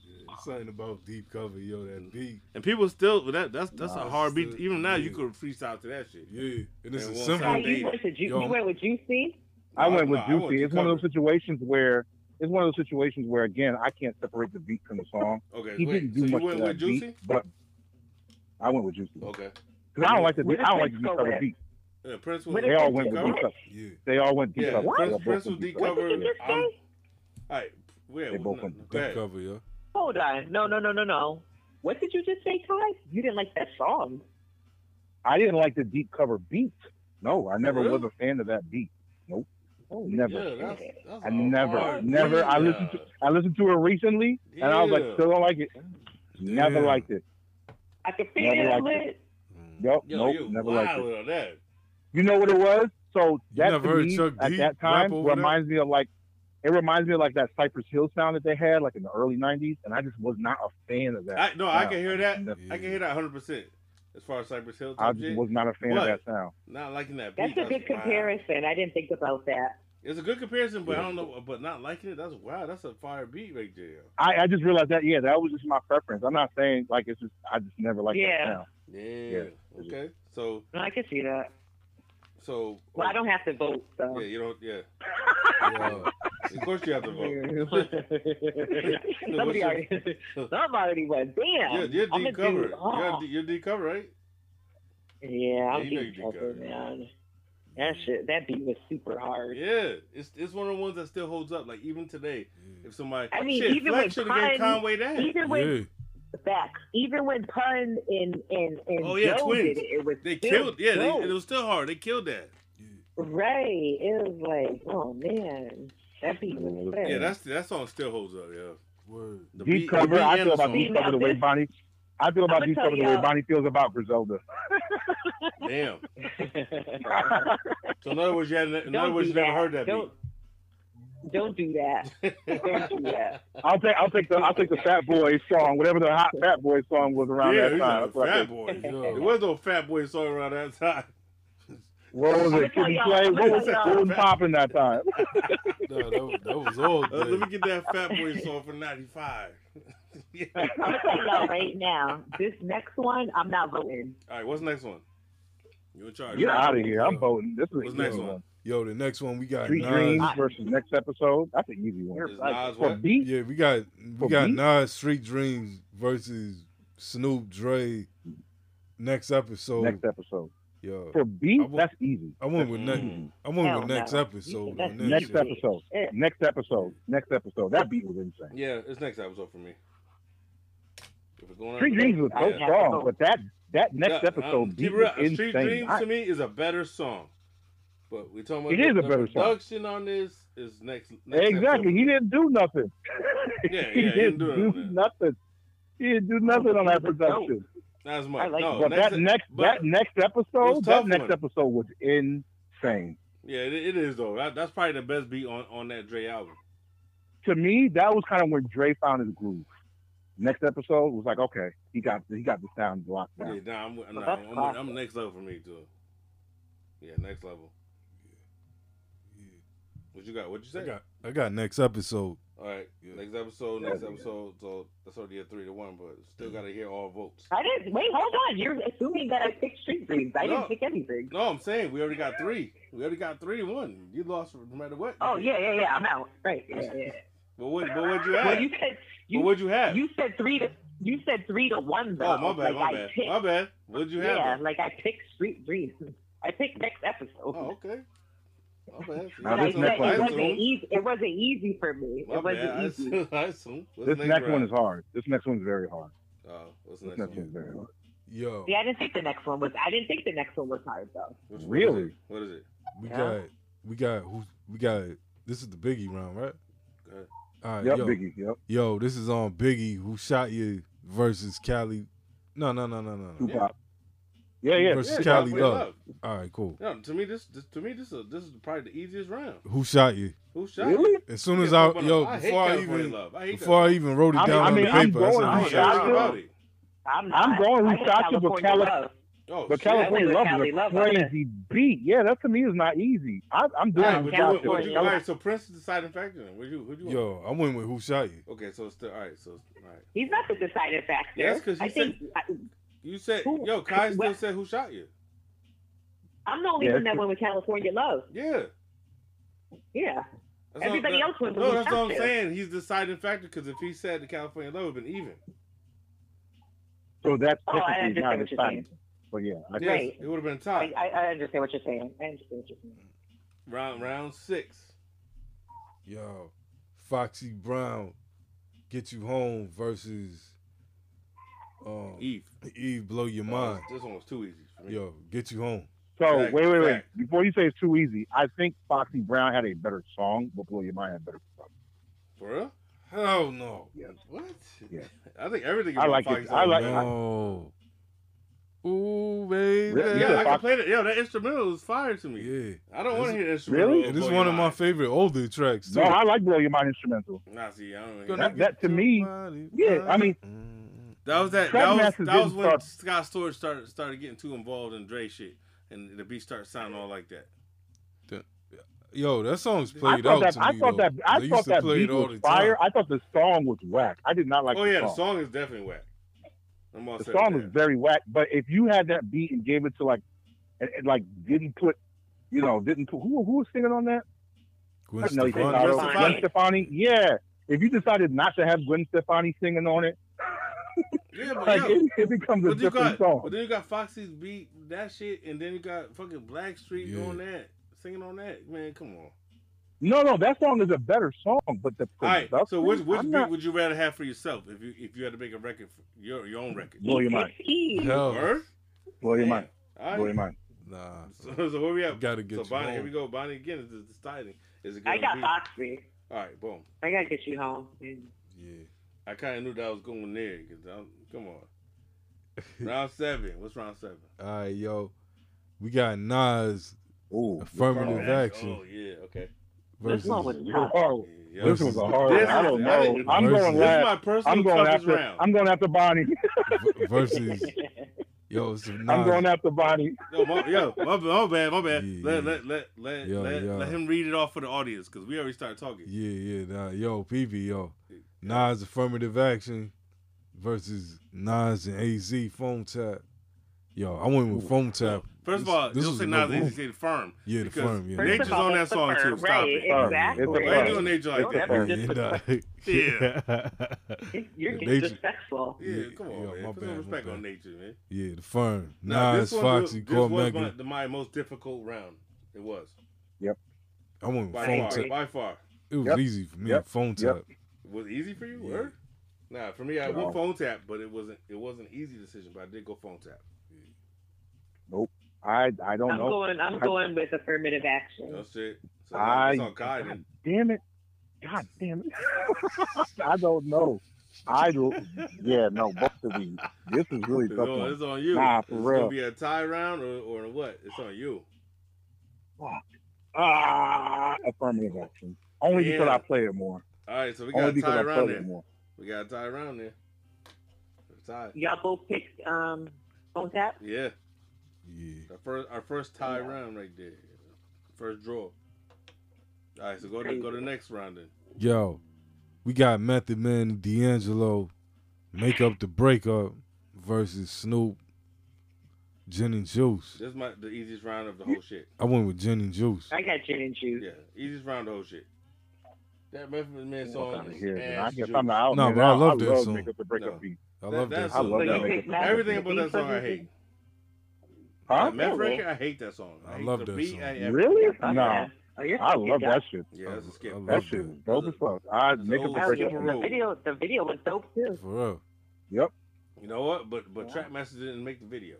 Yeah, something about deep cover, yo, Mm-hmm. that beat. And people still but that that's that's Nah, a it's hard beat. still- Even now you yeah. could freestyle to that shit. Yeah, and it's And a one simple How time beat. you went to Ju- Yo. you went with Juicy? I went with Nah, I went Juicy. to It's one of cover. those situations where it's one of those situations where again I can't separate the beat from the song. Okay, He wait. didn't do so much you went to that with Juicy? beat, but I went with Juicy. Okay. 'Cause I don't like the Where beat. I don't like the did beat Prince go cover at? beat. Yeah, Prince was Where They did all Prince went go with cover? deep at? cover. Yeah, They all went deep Yeah, cover. They all Prince, both Prince was went deep deep What cover. cover. did you just I'm- say? All right, yeah, They both no, went no, go deep ahead. cover, yo. Hold on. No, no, no, no, no. What did you just say, Ty? You didn't like that song. I didn't like the deep cover beat. No, I never Really? was a fan of that beat. Nope. Oh, Never. Yeah, that's, that's I a never, hard never. I beat. listened to I listened to it recently, and I was Yeah. like, still don't like it. Never Damn. liked it. I could feel Never it. liked Mm. Nope, Yo, nope, you never wild liked it. on that. You know what it was? So You that never to heard me, Chuck at D that rap time over that? reminds me of like it reminds me of like that Cypress Hill sound that they had like in the early '90s, and I just was not a fan of that. I, no, I can hear that. sound. Yeah. I can hear that 100 percent as far as Cypress Hill I type just shit. was not a fan But- of that sound. Not liking that beat. That's a good wild. comparison. I didn't think about that. It's a good comparison, but I don't know. But not liking it. That's wow. That's a fire beat right there. I, I just realized that yeah, that was just my preference. I'm not saying like it's just I just never liked Yeah. that sound. Yeah. Okay. So No, I can see that. so. Well, I don't have to vote, so. Yeah, you don't. Yeah. Yo, Of course you have to vote. Somebody already, somebody already went. Damn. You're, you're I'm a D cover. dude. Oh. You're, D, you're D cover, right? Yeah, I'm you know you being did covered, good. man. That shit, that beat was super hard. Yeah. It's it's one of the ones that still holds up. Like even today, yeah. if somebody. I mean, shit, even Flex with should have gave Pun- Conway that. Even when Yeah. back, even when Pun and and and Oh, yeah, Joe twins. did it, it was They still killed. Yeah. They, dope. it was still hard. They killed that. right. It was like, oh man, that beat was Yeah. Yeah. sick. That's that song still holds up. Yeah. Word. The Deep cover. the I and the feel about song. deep cover the way Bonnie. I feel I'ma about deep tell cover the way y'all. Bonnie feels about Griselda. Damn. So in other words, you had, in other Don't words, do you never that. heard that Don't- Don't do that. beat. Don't do that. I'll take I'll take the I'll take the Fat Boy song, whatever the hot Fat Boy song was around yeah, that he's time. a That's what I fat think. boy. Yo. There was no fat boy song around that time. What was I'ma it? tell Kitty y'all, Play? I'ma What was tell what was y'all. popping that time? No, that, was- that was all Uh, let me good. get that fat boy song for '95. yeah. All I'm gonna tell y'all right now. This next one, I'm not voting. right, what's the next one? You in charge? Get right? out of here! I'm voting. This is an What's easy next one? Yo, the next one we got Street Nas. Dreams versus next episode. That's an easy Is one. Nas For what? beat, Yeah, we got we For got me? Nas Street Dreams versus Snoop Dre. Next episode, next episode. yo. For beat, I want- that's easy. I went with next. Mm. I went Hell with next no. episode. That's on that Next shit. epi- episode. Yeah. Next episode. Next episode. That beat was insane. Yeah, it's next episode for me. If it's going on- Street Dreams was I so would have to strong, vote. but that that next Yeah, um, episode keep beat it was real. Street insane. Dreams I- to me is a better song, but we talking about It the, is a the better song. production on this is next. next Exactly. He episode. didn't do nothing. Yeah, yeah, he didn't do nothing. nothing. He didn't do nothing on that Nope. production. Not as much. I like no, it. but Oh, next- e-, that next but- that next episode, tough that next one. episode was insane. Yeah, it, it is though. That, that's probably the best beat on, on that Dre album. To me, that was kind of when Dre found his groove. Next episode was like, okay, he got he got the sound locked Yeah, down. nah, I'm, I'm, Well, nah, that's I'm, I'm, classic. next level for me too. Yeah, next level. What you got? What you I say? got I got next episode. All right, Yeah. next episode, Yeah, next yeah. episode. So that's already a three to one, but still got to hear all votes. I didn't wait. Hold on. You're assuming that I picked Street Dreams. I No. didn't pick anything. No, I'm saying we already got three. We already got three to one. You lost no matter what. Oh yeah, yeah, yeah. I'm out. Right. Yeah, yeah. But what? But what'd you have? Well, you said but you what'd you have? you said three to you said three to one though. oh my bad, like, my I bad, Picked, my bad. What'd you have? yeah, then? like I picked Street Dreams. I picked next episode. Oh okay. My bad. Now, But I this said next one- it I wasn't assume. easy. It wasn't easy for me. My it wasn't bad. I easy. assume. I assume. What's This next next one round? is hard. This next one's very hard. Oh, what's This next? next one? one's very hard. Yo, Yeah, I didn't think the next one was. I didn't think the next one was hard though. Which- Really? What is it? we Yeah. got we got who we got. This is the Biggie round, right? Go ahead. All right, Yep, yo, Biggie. Yep. yo, this is on Biggie who shot you versus Cali. No, no, no, no, no, no. Tupac. Yeah, yeah. versus Yeah, Cali Cali Love. Love. All right, cool. No, to me this, this to me this is this is probably the easiest round. Who shot you? Who shot? it? Really? As soon Yeah, as I but yo I hate before I California even love. I hate before that. I even wrote it I down mean- I mean, on I'm the paper, I going- said, I'm who I shot shot you? hate you? everybody. I'm not. I'm going with I hate Sasha, but California Cali- Love. Oh, But shit. California went with Love Cali is a Love, wasn't it? crazy beat. Yeah, that to me is not easy. I, I'm doing All right, it but with you, Sasha. what, but you, all Cali- right, so Prince is the deciding factor. Then. What you, who do you? Yo, I went with who shot you. Okay, so it's still all right. So it's- all right, He's not the deciding factor. Yes, 'cause you I think I, you said Who- yo Kai still what- said who shot you? I'm the only Yeah, one it's- that went with California Love. Yeah. Yeah. That's Everybody that- else went with No, who that's shot what I'm you. saying. He's the deciding factor because if he said the California love, it would been even. so that's Oh, I technically not understand a what you're saying. sign. But yeah, I Yes, Right. it would have been I, tied. I, I understand what you're saying. I understand what you're saying. Round round six. Yo, Foxy Brown, get you home versus um, Eve. Eve, blow your Oh, mind. this- This one was too easy for me. Yo, get you home. So Fact, wait, wait, wait. fact. Before you say it's too easy, I think Foxy Brown had a better song, but Blow Your Mind had a better song. For real? Hell no. Yes. What? Yes. I think everything. I about like it. Foxy's I like- amazing. No. Ooh, baby. Really? Yeah, I Fox- can play that. Yo, that instrumental is fire to me. Yeah. I don't want to This- hear the instrumental. Really? And this is one of my favorite older tracks too. No, I like Blow Your Mind instrumental. Nah, see, I don't really- Gonna That- get that to me- somebody Yeah, I mean- fine. That was that. Trap That was, Masters that was didn't when start- Scott Storch started started getting too involved in Dre shit, and the beat started sounding all like that. Yo, that song's I played thought out that to I me. thought though. that I They used thought to that play it beat all was the time. fire. I thought the song was whack. I did not like. oh the yeah, song. the song is definitely whack. I'm all the set song with was that. very whack. But if you had that beat and gave it to like, and, and, like didn't put, you know, didn't put who who was singing on that? Gwen no, you Stefani. think Gwen Stefani. Stefani. Gwen Stefani. Yeah. If you decided not to have Gwen Stefani singing on it, Oh, Yeah, but like yo, it, it becomes a but you different got, song. but then you got Foxy's beat that shit, and then you got fucking Blackstreet Yeah. doing that, singing on that. Man, come on. No, no, that song is a better song, but the All right, production. so which which I'm beat not- would you rather have for yourself if you if you had to make a record, for your your own record? blow your mind, He- Hell, Word? blow your Damn. mind, All blow your right. mind. nah. So, so where we You at? gotta get So you Bonnie, here home. we go. Bonnie again is the deciding. Is it I gonna got be? Foxy. All right, boom. I gotta get you home. man. Yeah. I kind of knew that was going there. 'cause I'm- come on. round seven. What's round seven? All right, yo. We got Nas Ooh, Affirmative this act. song- action. Oh yeah. Okay. versus. This one was This was tough. Oh, hard. Yeah, This was a hard. This One. is- I don't I know. didn't- I'm Versus- going This is last. my personal I'm going toughest after. round. I'm going after Bonnie. v- versus. Yo, it's Nas. I'm going after Bonnie. yo, my, yo, my, my bad, my bad. Yeah, Let, yeah. let, let, let, Yo, let, yo. let him read it off for the audience because we already started talking. Yeah, yeah, nah. Yo, PV, yo. Nas affirmative action versus Nas and AZ phone tap. Yo, I went with phone tap. First of This- all, this don't was say a not good easy move. to say the firm. Yeah, the because firm. Yeah, First Nature's of all, on that it's the song, too. firm, Stop right, it. Firm. Exactly. It's the Why you doing nature like Don't that? ever yeah, nah. yeah. You're Nature- disrespectful. Yeah, Yeah, come on, yo, man. my Put bad, some my respect bad. on nature, man. yeah, the firm. Now, Nas, this Foxy, one, was- this Cole was my, Mega. the, my most difficult round. It was I went with by phone far. tap. By far, It was Yep. easy for me. Yep. Phone Yep. tap. was it easy for you? Yeah. Word? Nah, for me, I No. went phone tap, but it wasn't. It wasn't an easy decision, but I did go phone tap. I Oh, I don't I'm know. going. I'm going with affirmative No action. shit. So I- it's on Kai God then. damn it. God damn it. I don't know. I do. Yeah, no, both of these. This is really It's tough. on, one. it's on you. Nah, for it's real. gonna be a tie round or, or what? It's on you. Ah, affirmative action. Only because Yeah. I play it more. All right, so we got Only a because tie I round play it there. more. We got a tie round there. A Tie. Y'all both picked um, phone tap. Yeah, Yeah. our first our first tie Yeah. round right there. First draw. All right, so go to go to the next round then. Yo, we got Method Man and D'Angelo, Make Up the Breakup versus Snoop, Gin and Juice. This is my the easiest round of the whole shit. I went with Gin and Juice. I got gin and juice. Yeah, easiest round of the whole shit. That Memphis Man I'm song. outta is here, man. I ass guess juice. I'm out. No, man. but I love that love song. Make Up the breakup No. beat. I love that, that. that I song. love no, that record. no, Everything about that song I hate. Huh? That Memphis record, I hate that song. I, I hate love the that beat. song. I, I, Really? Oh, No. yeah. Oh, you're I love you're that shit. Yeah, that's a skip. I love That Love shit that. is dope as fuck. I That's make up old the That was skip breakup. good. and beat. Oh, The roll. video, the video was dope too. For real. Yep. You know what? But but Yeah. Trap Master didn't make the video.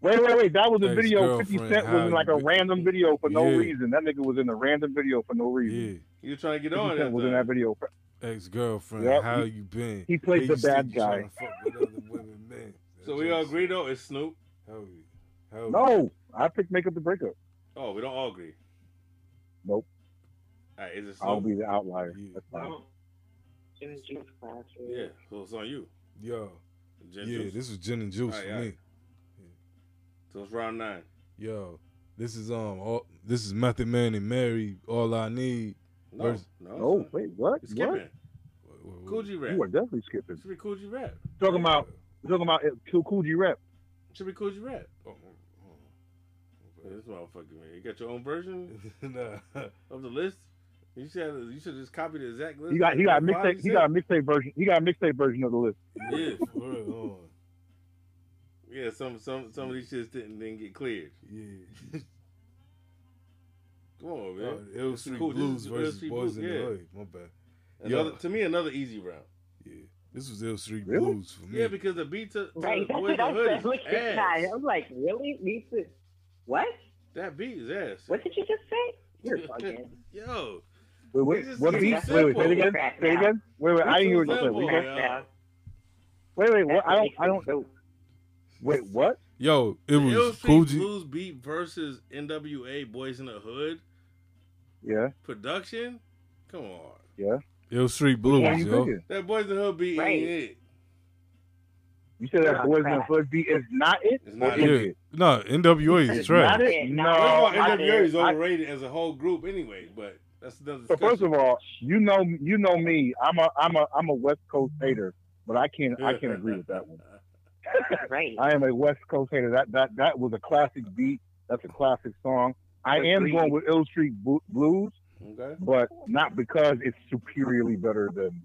Wait, wait, wait. That was a Ex video. 50 girlfriend, Cent was in how like you a be- random video for no Yeah. reason. That nigga was in a random video for no reason. Yeah. You were trying to get 50 on Cent that. uh, was in that video. for- Ex girlfriend, Yep. how you been? He played Hey, the you still bad tryna guy. fuck with other women, man. So we all That's agree though it's Snoop. how we- Hell No, I picked Make Up the Breakup. Oh, we don't all agree. Nope. All right, is it I'll so- be the outlier. Yeah. That's Oh, fine. Jim's Juice Class. Yeah, so it's on you. Yo, Jim yeah, Juice. this was gin and juice Aight, for aight. me. so it's round nine. Yo, this is um, all, this is Method Man and Mary. All I need. No, Where's- no. it's Oh, not. wait, what? You're What? skipping. Wait, wait, wait. Coogee You are rap. definitely skipping. Should be Coogee rap. Talking about talking about uh, Kill Coogee Rap. Should be Coogee rap. Oh, oh, Yeah, This motherfucker, man. You got your own version oh. nah. of the list. You should you should just copy the exact list. He got he got a Five, mixtape he six. got a mixtape version. He got a mixtape version of the list. Yeah. For real, hold on. yeah. Some some some of these shits didn't didn't get cleared. Yeah. Come on, man. Oh, L This is Street cool. This Blues is versus LC Boys in yeah. the Hood. My bad. Another, Yo. to me, another easy round. Yeah. This was L Street Really? Blues for me. Yeah, because the beat to, to Right, that's Boys in what the I Hood said. is Look at ass. that. I was like, really? Me too. What? That beat is ass. What did you just say? You're fucking. Yo, Wait, wait, This is what too beat? Wait, wait, say it again. Say it again. Wait, wait, I didn't hear what you said. What you said. simple. Yeah. Wait, wait, That's what? I what don't, makes I it don't. dope. Wait, what? Yo, it It was was Coogee. Blues beat versus NWA Boys in the Hood Yeah, production. Come on, yeah. L Street What Blues, are you yo. thinking? that Boys in the Hood beat Right. ain't it. You said that Yeah, boys and crap. hood beat is not it. It's Or not is it. it? No, NWA is It's trash. not it. No. First First of Oh, all, I- my NWA is I- overrated as a whole group anyway, but that's another So discussion. first of all, you know, you know me. I'm a, I'm a, I'm a West Coast hater, but I can't, I can't agree with that one. Right. I am a West Coast hater. That, that, that was a classic beat. That's a classic song. I am Agreed. going with Ill Street Blu- Blues, okay. but not because it's superiorly better than.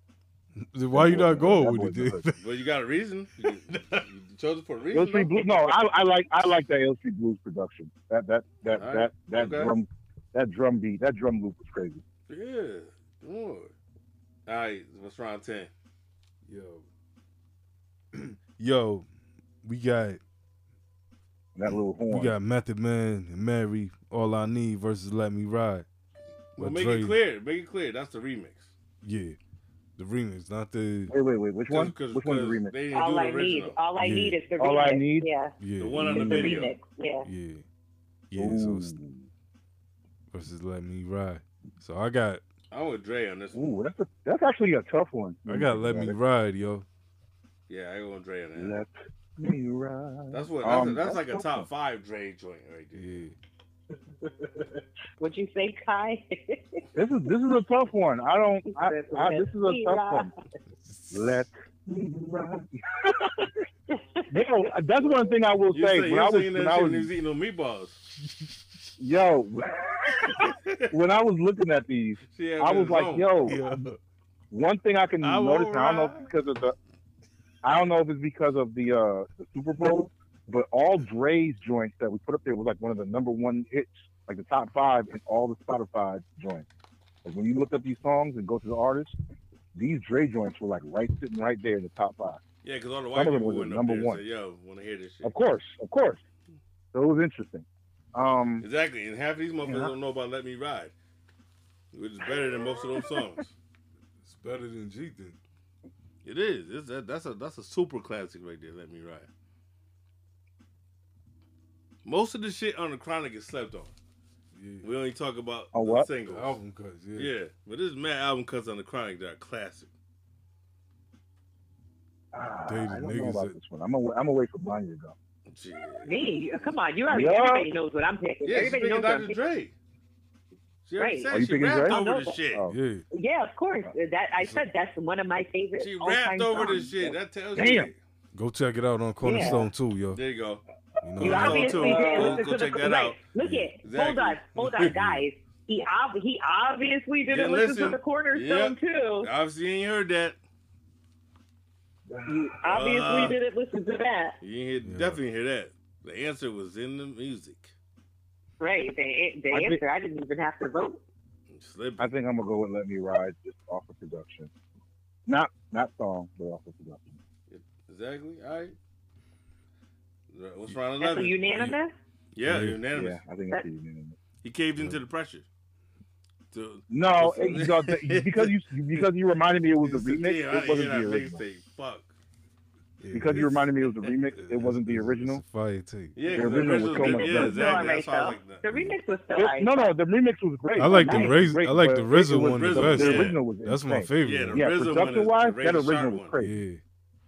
Then Why you not That going with Boys in the it? dude? Well, you got a reason. You, you chose it for a Ill Street reason. Blues. No, I, I like, I like that Ill Street Blues production. That, that, that, All right. that, that Okay. drum, that drum beat, that drum loop was crazy. though. Yeah. Come on. All right, what's round ten? Yo. Yo, we got And that little we horn. got Method Man and Mary, All I Need versus Let Me Ride. Well, By make Dre. it clear. Make it clear. That's the remix. Yeah. The remix, not the Wait, wait, wait. Which one? Because- Which one's the because remix? They didn't do all the I need, original. all I Yeah. need is the remix. All I need? Yeah. yeah. The one on the The video. remix. Yeah. Yeah. Yeah, so it's Ooh. versus Let Me Ride. So I got I'm with Dre on this one. Ooh, that's a, that's actually a tough one. Mm, I got Let Me Ride, yo. Yeah, I go with Dre on that. Let me ride. That's what. That's, Um, that's, that's like a dope. top five Dre joint right there. Yeah. Would you say Kai? This is this is a tough one. I don't. I, I, this is a tough one. Let me ride. yo, that's one thing I will You say. say, when you I was saying when that I shit was and he's eating no meatballs. yo, when I was looking at these, She had I it was alone. like, yo, Yo. one thing I can I will notice, and I don't know if ride. it's because of the, I don't know if it's because of the uh, the Super Bowl, but all Dre's joints that we put up there was like one of the number one hits, like the top five in all the Spotify joints. Like when you look up these songs and go to the artists, these Dre joints were like right sitting right there in the top five. Yeah, because all the white Some of them people was went up number there and one. said, yo, want to hear this shit. Of course, of course. So it was interesting. Um, Exactly, and half of these motherfuckers Yeah. don't know about "Let Me Ride," which is better than most of them songs. It's better than G then. It is. It's, that, that's a that's a super classic right there. "Let Me Ride." Most of the shit on the Chronic is slept on. Yeah. We only talk about On the what? singles. The album cuts, yeah. Yeah, but this mad album cuts on the Chronic that are classic. ah, Dated I don't know niggas about that- this one. I'm gonna I'm gonna wait for mine to go. Gee. Me? Come on, you already. Yeah. Everybody knows what I'm picking. Yeah, she's everybody picking knows what I'm Dr. picking. Dre. She already Right. said Are you she picking rapped Dre? I know over the that. shit. Oh. Yeah. Yeah, of course. That I said that's one of my favorite. She all-time rapped over the songs. shit. That tells Damn. you. Go check it out on Cornerstone too, yo. There you go. You You Yeah. know, obviously Go- did go- listen go to the check that right. out. Look at hold Exactly. on, hold on, guys. He ob- he obviously didn't Didn't listen, listen. to the cornerstone too. Obviously, you ain't heard that. You obviously Uh. didn't listen to that. You ain't hear, Yeah. definitely hear that. The answer was in the music. Right. The, the I answer. think- I didn't even have to vote. Slip. I think I'm gonna go with "Let Me Ride" just off of production, not not song, but off of production. Exactly. All right. Right, What's round That's a eleven? unanimous. Yeah, Yeah. unanimous. Yeah, I think that's unanimous. He caved Yeah. into the pressure. So, No, Listen. it- no, th- because you because you reminded me it was a He said, remix. "Damn, I It didn't wasn't hear the that original. mixtape. Fuck. Yeah, Because you it's- reminded me it was the remix, it it's- wasn't the it's- original. it's a fire tape. Yeah, 'cause The the original was original, so much yeah, better. exactly. That's why I was like, The that. remix was still It- alright. no, no, the remix was great. I like the remix was Raz- great, I like but the it- RZA it was- one the the best, yeah. original was That's insane. my Yeah, favorite. the Yeah, Yeah, RZA one is production wise, the that Razor original Sharp was one. crazy. yeah.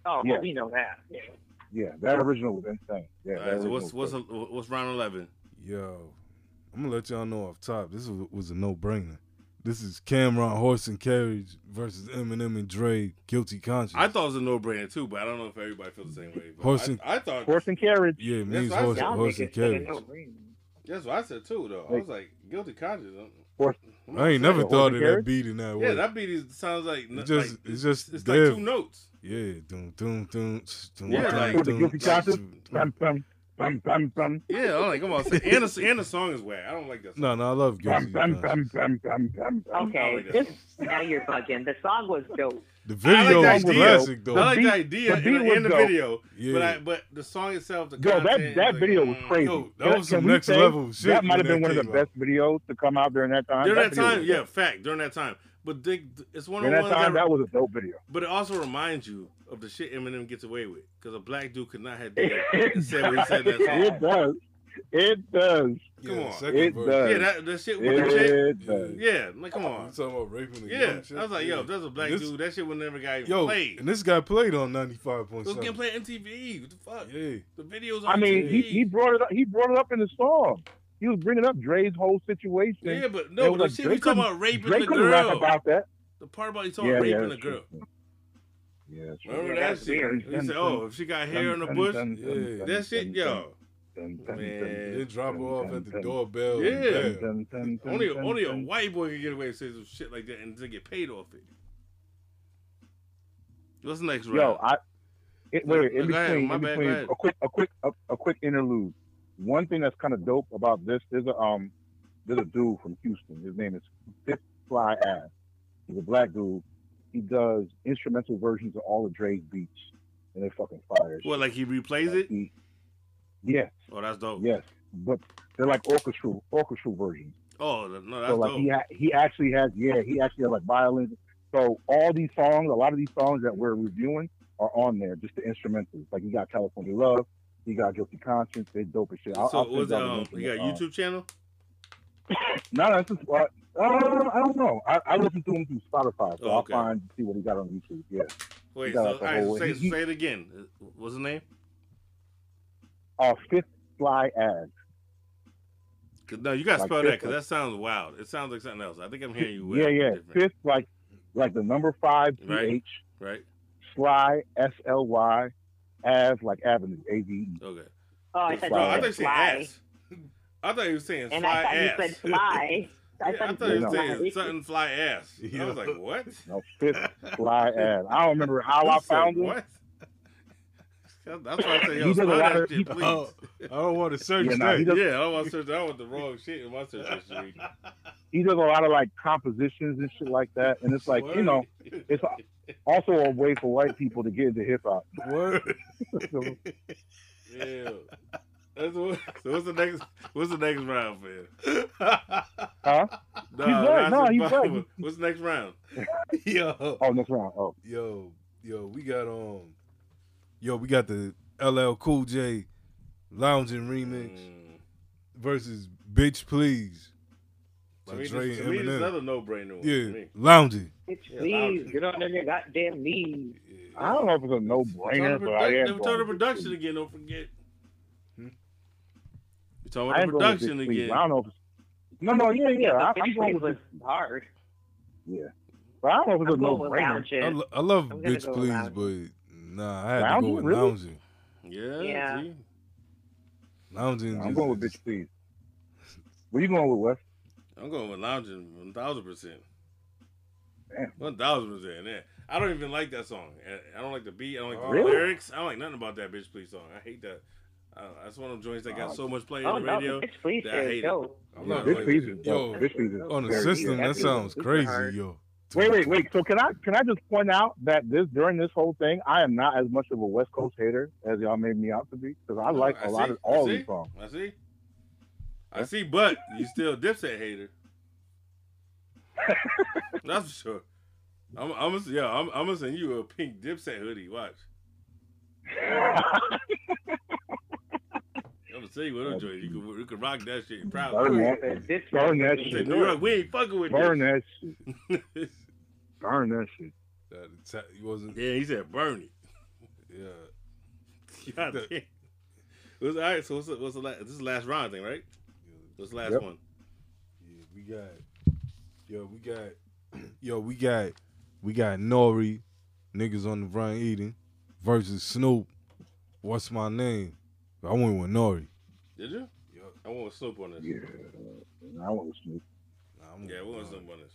Oh, Yeah. well, we know that. Yeah. Yeah, that original was insane. Yeah, that All right, so original what's was what's great. what's round eleven? Yo, I'm gonna let y'all know off top. This was, was a no-brainer. This is Cameron Horse and Carriage versus Eminem and Dre. Guilty conscience. I thought it was a no-brainer too, but I don't know if everybody feels the same way. but Horse I, and- I thought horse and carriage? yeah, That's means what I horse, said. Y'all horse and niggas said carriage. it no ring. that's what I said too. Though I was like, guilty conscience. I'm- Horse- I'm I ain't never Horse thought and of that Carriage? beat in that Yeah, way. that beat is, sounds like n- It's just- like, it's just it's dev. like two notes. yeah, doom, doom, doom, tss, doom, Yeah, doom, doom, like- The Guilty tss, Conscience? tss. Bum, bum, bum, bum, bum, Yeah, I'm like, come on, say- and the, and the song is whack. I don't like that. Song. No, no, I love bum, guilty bum, conscience. bum, bum, bum, bum, bum. I Okay, like that this, song. now you're bugging. The song was dope. The I like video the is idea. classic I though. like beat- the idea the beat in, was in the dope. video, yeah. but I, but the song itself, the Yo, that content, that like, video was mm. crazy. Yo, that Can- was can some we next say level shit That might when have been that one of the came best videos to come out during that time. During that, video time, was yeah, dope. fact. During that time, but they, it's one of During the that ones time, that that was a dope video. But it also reminds you of the shit Eminem gets away with, because a black dude could not have done it and said what he said in that song. It does. It does. Yeah, Come on. second It verse. does. Yeah, that the shit with the chick. It does. Yeah, like come on. You talking about raping the Yeah, young chick? I was like, yo, Yeah. if that's a black This- dude, that shit would never got even Yo, played. and this guy played on ninety five It point was seven. getting played on MTV. What the fuck? Yeah, The videos on I mean, MTV. he, he brought it up. He brought it up in the song. He was bringing up Dre's whole situation. yeah, but It no, was the like, shit Drake we talking couldn't- about raping Dre the couldn't rap girl. about that. the part about he talking Yeah, about yeah, raping the that's true. girl. Yeah, that's true. Remember Yeah, that that's shit? weird. He said, oh, if she got hair in the bush, Yeah. that shit, yo. they Man. then drop her off at the doorbell. Yeah. and bam. Only, only a white boy can get away with saying some shit like that and to get paid off it. What's the next round? Yo, I it, wait, in Go ahead, between, my in bad, between go ahead. a quick, a quick, a, a quick interlude. One thing that's kind of dope about this is a um, there's a dude from Houston. His name is Fifth Fly Ass. He's a black dude. He does instrumental versions of all of Dre's beats, and they're fucking fire. what, like he replays Like, it? he- Yes, Oh, that's dope. yes, but they're like orchestral, orchestral versions. Oh, th- no, that's So like dope. he ha- he actually has yeah he actually has like violins. So all these songs, a lot of these songs that we're reviewing are on there, just the instrumentals. Like he got California Love, he got Guilty Conscience, they dope as shit. I'll, so I'll send what's y'all the um? link uh, in You got the, a YouTube channel? No, no, it's just uh, I don't, I don't know. I, I listen to him through Spotify, so Oh, okay. I'll find see what he got on YouTube. Yeah, Wait, so, got, all like, a right, whole- say, he- he- say it again. Uh, What's the name? uh, Fifth Fly Ads. 'Cause- No, you gotta Like spell that this because one. that sounds wild. It sounds like something else. I think I'm hearing you. Yeah, weird. yeah, Different, Fifth like like the number five P Right. H Right. Sly S L Y As like Avenue A V E. Okay. Oh, I said No, I Fly. thought you fly. said ass. I thought you were saying And fly I thought ass. you said fly. I Yeah, I thought thought you you were No. said saying fly. something fly ass. I was Yeah. like, what? No, Fifth Fly Ads. I don't remember how You I said found him. what? That's why I said, yo, He does a spell lot that of- shit, please. Oh, I don't want to search Yeah, nah, that. he yeah, I does- don't want to search. I want the wrong shit in my search history. he does a lot of like compositions and shit like that. And it's like, you know, it's also a way for white people to get into hip hop. Word. So, yeah. That's what, so what's the next? What's the next round, man? huh? No, right. No, he's right. What's the next round? Yo, Oh, next round. Oh, yo, yo, we got um, yo, we got the LL Cool J lounging remix Mm. versus Bitch Please by To me, this, Dre to and me, this is Eminem. another no-brainer one. for Yeah, me. lounging. Yeah, Please loud. get on your goddamn knees. I don't know if it's a no Turn brainer, the but I am. production, turn the going with production Big again. Don't forget. Hmm? Sleep. You talking about I am going with the Big production Sleep. again? I don't know if it's. No, no, yeah, yeah. I, The I'm bitch going please with was this, hard. but I don't know if I'm it's a no going with brainer. I, lounging. lo- I love I'm gonna Bitch go Please, but nah, I had to Lounging, go with really? lounging. Yeah. Yeah. see? Lounging. I'm just- going with Bitch Please. What you going with, Wes? I'm going with lounging one thousand percent. Damn. One thousand percent. Yeah. I don't even like that song. I- I don't like the beat. I don't like the Really? lyrics. I don't like nothing about that bitch please song. I hate that. Uh, that's one of them joints that got Oh. so much play Oh, on the no, radio. the bitch please that I is hate it. dope. I Yeah, love Bitch it. Bitch Please is Yo, dope. Bitch Please is on the very good. system, that That's sounds super crazy, hard. yo. Wait, wait, wait. So can I can I just point out that this during this whole thing, I am not as much of a West Coast hater as y'all made me out to be because I like a a lot of all these songs. Oh, I see. I see, but you still Dipset hater. That's for sure. I'm, I'm gonna, yeah, I'm, I'm gonna send you a pink Dipset hoodie. Watch. I'm gonna tell you what, I'm doing. You can, you can rock that shit Burn proudly. that. This Burn that You say, shit. New York, we ain't fucking with Burn this. that shit. Burn that shit. That attack, he wasn't. yeah, he said burn it. Yeah. God damn. It was all right. So what's the, what's the last? This is the last round thing, right? What's the last Yep. one? Yeah, we got. Yo, we got. Yo, we got. We got Nori, niggas on the Brian Eden, versus Snoop. What's my name? I went with Nori. Did you? Yo, I want Snoop on this. Yeah. I want to Snoop. nah, I'm Yeah, we with want Nori. Snoop on this.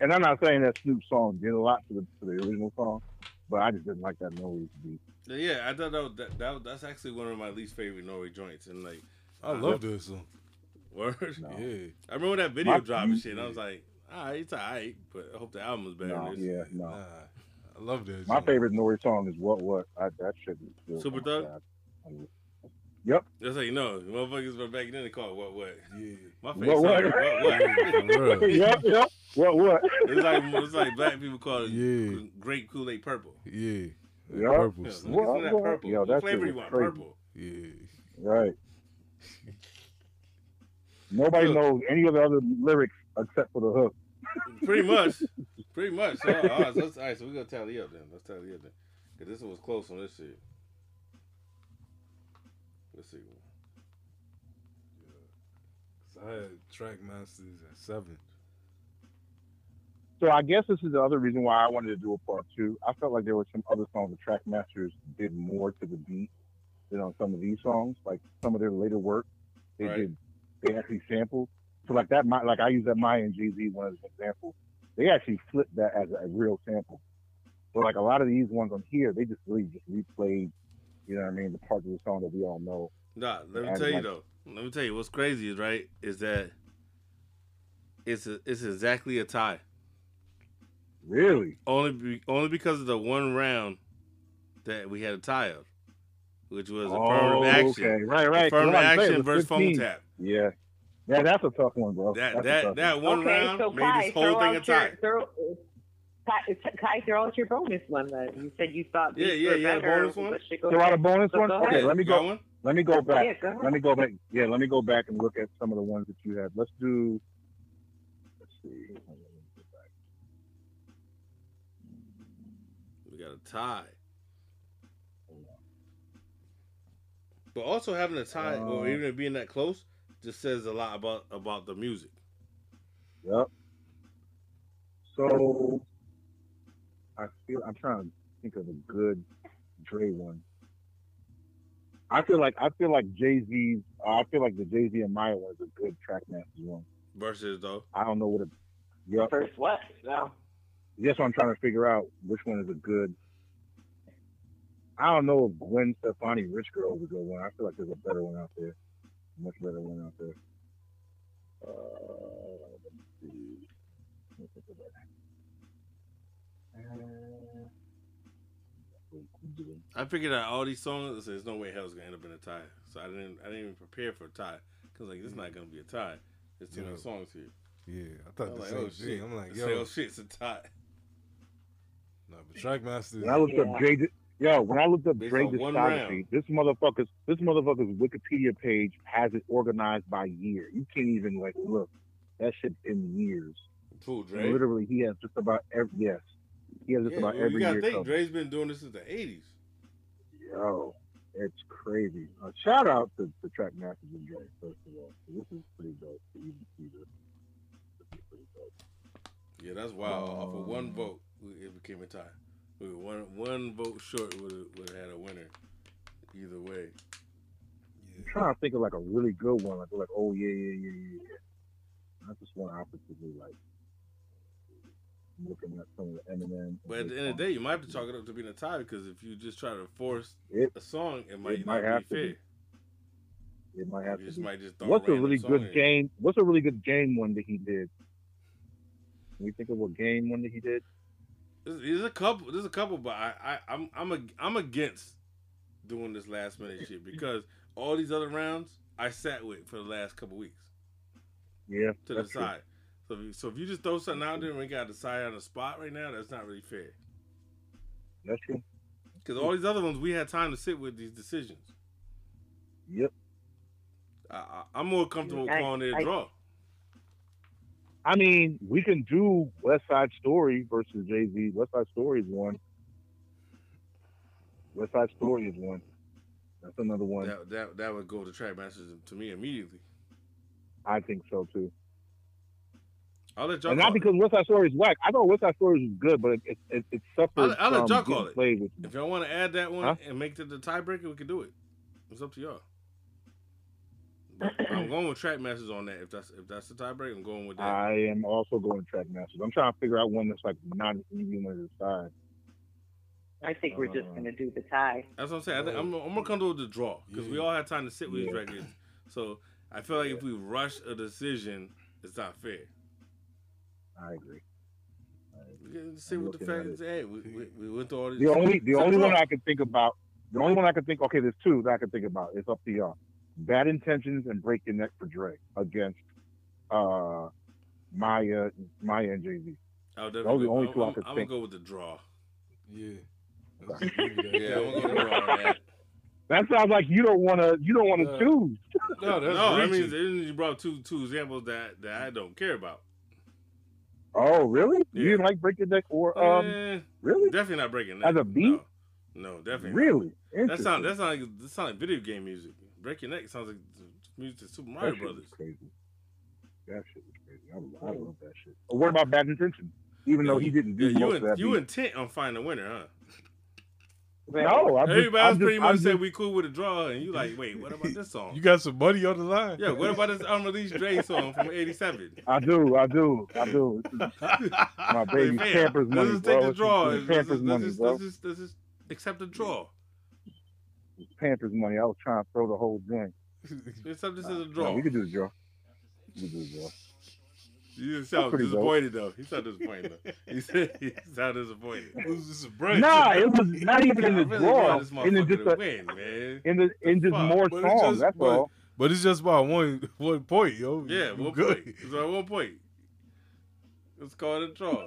And I'm not saying that Snoop song did a lot to the, to the original song, but I just didn't like that noise beat. Yeah, Yeah, I thought that, was- that, that was- that's actually one of my least favorite Nori joints, and like I love this song. word. No. Yeah. I remember that video My- drop and shit. And I was like, all right, it's all right, but I hope the album is better. No, than this. yeah, no. Nah, I love this. My song. favorite Nori song is What What. I, that shit is still Super oh my Thug? God. I mean, That's how you know, motherfuckers were back then they called what what. Yeah. My face, What, what, what? what? what, For real. Yep, yep. What What. it's like it's like black people call it Yeah. grape Kool Aid purple. Yeah. That Yeah. Purple Yeah, Snoop. What, what, that what? purple. Yo, What that shit flavor was you want? crazy. Purple. Yeah. Right. Nobody Look. knows any of the other lyrics except for the hook. Pretty much, pretty much. So, all right, so let's, all right, so we gonna tally up then. Let's tally up then, cause this one was close on this shit. Let's see. Cause I had Trackmasters at seven. So I guess this is the other reason why I wanted to do a part two. I felt like there were some other songs the Trackmasters did more to the beat than on some of these songs. Like some of their later work, they Right. did they actually sampled. So like that, my, like I use that Maya and GZ one as an example. They actually flipped that as a real sample. But like a lot of these ones on here, they just really just replayed, you know what I mean, the parts of the song that we all know. Nah, let me Yeah, tell you like- though. Let me tell you what's crazy is right is that it's a, it's exactly a tie. Really? Only be, only because of the one round that we had a tie of, which was affirmative action. Oh, okay. Right, right. 'Cause I'm about Affirmative to say, it action was versus phone 15. tap. Yeah. Yeah, that's a tough one, bro. That Oh, That's a that tough that one okay, round so made Kai, this whole throw thing a out your, tie. Throw, Kai, Kai, throw out your bonus one. Then you said you thought Yeah, these yeah, were yeah, better. bonus one. but shit goes Throw out a back. bonus Go one. ahead. Okay, let me Got go. one. Let me go Yeah, back. go ahead. Let me go back. Yeah, let me go back and look at some of the ones that you had. Let's do. Let's see. Hold on, let me go back. We got a tie. Hold on. But also having a tie or Uh, Um, even being that close just says a lot about about the music. Yep. So, I feel I'm trying to think of a good Dre one. I feel like I feel like Jay Z's. I feel like the Jay Z and Maya was a good Trackmasters one. Versus though, I don't know what a. Yep. First what? No. That's what I'm trying to figure out which one is a good. I don't know if Gwen Stefani Rich Girl is a good one. I feel like there's a better one out there, much better one out there. Uh, let me see. Let me think about that. Uh, I figured out all these songs. There's no way hell's gonna end up in a tie. So I didn't I didn't even prepare for a tie because like this is not gonna be a tie. There's too Yeah. many songs here. Yeah, I thought I'm the like, same oh thing. shit! I'm like, This yo, hell shit, it's a tie. nah, but Trackmasters. When I looked up Dre, yo, when I looked up Based Dre on one round. discography, this motherfucker's this motherfucker's Wikipedia page has it organized by year. You can't even like look. That shit's in years. Cool, Dre. And literally, he has just about every yes. He has just Yeah, about well, you every gotta year. think covered. Dre's been doing this since the '80s. Yo, it's crazy. Uh, shout out to the track masters and Dre first of all. This is pretty dope. to even see this. This is pretty dope. Yeah, that's wild. Off of one Um, vote, we- it became a tie. We were one one vote short would have would have had a winner. Either way, Yeah. I'm trying to think of like a really good one. Like, like oh yeah, yeah, yeah, yeah, yeah. Not just one opportunity. Like looking at some of the Eminem. but at the end of the day, you might have to chalk it up to being a tie because if you just try to force It- a song, it might, might not have to be fair. be. it might have You to just be. might just throw What's a random really song good in. game? What's a really good game one that he did? Can we think of a game one that he did? There's, there's a couple. There's a couple, but I, I I'm I'm a, I'm against doing this last minute shit because all these other rounds I sat with for the last couple weeks. Yeah, to that's true. decide. So if, you, so if you just throw something out there and we got to decide on the spot right now, that's not really fair. That's true. Because all these other ones, we had time to sit with these decisions. Yep. I, I, I'm more comfortable with I- calling it a I- draw. I mean, we can do West Side Story versus Jay Z. West Side Story is one. West Side Story is one. That's another one. That, that that would go to track masters to me immediately. I think so too. I'll let y'all. And Call not because West Side Story is whack. I thought West Side Story was good, but it it, it, it suffers I'll- I'll from let y'all call getting it. played with. it. If y'all want to add that one Huh? and make it the tiebreaker, we can do it. It's up to y'all. But I'm going with track masters on that. If that's if that's the tiebreaker, I'm going with that. I am also going track masters. I'm trying to figure out one that's like not an easy one to decide. I think we're just Uh, gonna do the tie. That's what I'm saying. I think I'm, I'm more comfortable with the draw because we Yeah. all had time to sit with these Yeah. records. So I feel like if we rush a decision, it's not fair. I agree. We can sit with the looking at fact that hey, we, we, we went through all these. The only the It's a only draw. one I can think about. The only one I can think. Okay, there's two that I can think about. It's up to y'all. Bad intentions and break your neck for Dre against uh Maya Maya and Jay Z. I'll Oh, definitely Those are the go- only I'm- two I I'm- could I'm think. gonna go with the draw. Yeah. Let's just leave it at Yeah, I'm that. gonna go with the draw. on that. That sounds like you don't want to. You don't want to Uh, choose. No, that's no, I reaching. mean you brought two two examples that that I don't care about. Oh, really? You yeah. didn't like break your neck or um? Eh, Really? definitely not breaking As that. a beat? No, no definitely. not. Really? That Interesting. sound that sound like that sound like video game music. Break your neck sounds like the music to Super That Mario shit was Brothers. crazy. That shit was crazy. I, love- I love that shit. But what about bad intentions? Even though he didn't do Yeah, you most of in, that. you beat. intent on finding a winner, huh? no, I'm just- Everybody else I'm just- pretty I'm much just- said we cool with a draw, and you like, wait, what about this song? You got some money on the line? yeah, what about this unreleased Dre song from '87? I do, I do, I do. This is my baby Man, Pampers money, Let's just bro. take the This draw. is Let's just, Pampers let's money, just- bro. let's just- let's just accept the draw. This is Pampers money. I was trying to throw the whole joint. Accept this as a No, draw. we could do the draw. We could do the draw. You sound pretty dope. disappointed though. He sounded disappointed. Though. He said he sounded disappointed. It was just a break. Nah, it was not even in I the really draw. want this In the motherfucker just to a, win, man. in the in just Fuck, more but it songs. just- That's but- all. But it's just by one one point, yo. Yeah, You one good. point. So at one point, let's call it a draw.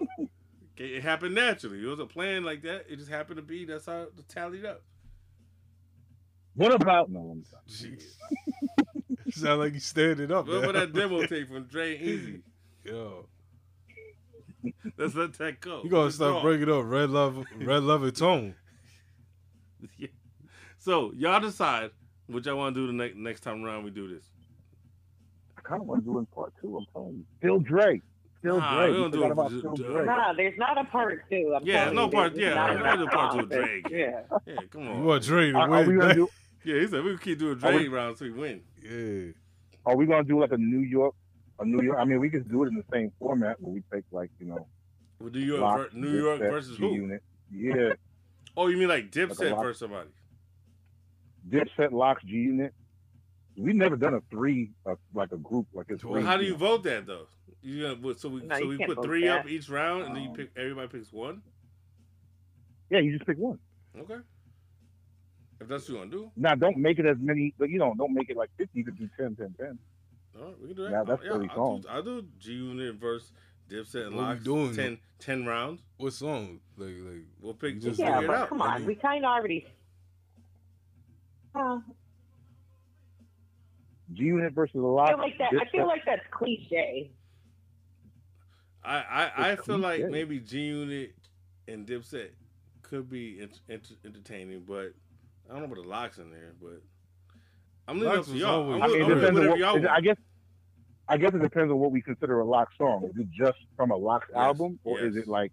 Okay, it happened naturally. It was a plan like that. It just happened to be. That's how it tallied up. What about no? I'm sorry. Sound like you standing up. What man. about that demo tape from Dre and Easy? Yo, Let's let that go. you gotta It's a start draw. breaking up red love, red love and tone. Yeah. So y'all decide what y'all want to do the next next time around we do this. I kind of want to do in part two. I'm telling you, Still Dre. Still Nah, Dre. we You don't do forgot it. about Just- Still just- Dre. Nah, there's not a part two. I'm Yeah, telling no you, part- there's yeah, not there's not a part two of song. Drake. Yeah. Yeah, come You on. want Dre to Are, are we win? gonna back? do? yeah, he said we keep doing Are Dre we- rounds so we win. Yeah. Are we gonna do like a New York? A New York. I mean, we could do it in the same format where we take like you know Well, New York, Lock, ver- New York Dipset, versus who? G-Unit. Yeah, Oh, you mean like Like a Dipset lock. versus somebody? Dipset, Locks, G Unit. We've never done a three, uh, like a group, like a three. Well, how do you vote that though? You gonna, what- so we No, so you we can't put vote three that. up each round, and then you Um, pick everybody picks one. Yeah, you just pick one. Okay. If that's what you want to do, Now, don't make it as many, but you know, don't make it like 50. You could do 10, 10, 10. all right, we can do that. Yeah, that's I, pretty I'll, calm. do, I'll do G Unit versus Dipset and What we Locks. doing? 10, 10 rounds. What song? Like, like. We'll pick. You we'll just figure Yeah, it but out. come I on, mean- we kind of already. Uh, G Unit versus the I Locks. feel like that. I feel like that's cliche. I I, I It's feel like cliche. maybe G Unit and Dipset could be ent- ent- entertaining, but I don't know about the locks in there. But I'm leaving it up Locks to was y'all. always- I'm, I mean, it gonna I'm do doing depends on whatever what, y'all it- want. I guess. I guess it depends on what we consider a Locks song. Is it just from a Locks Yes, album, or is yes. it like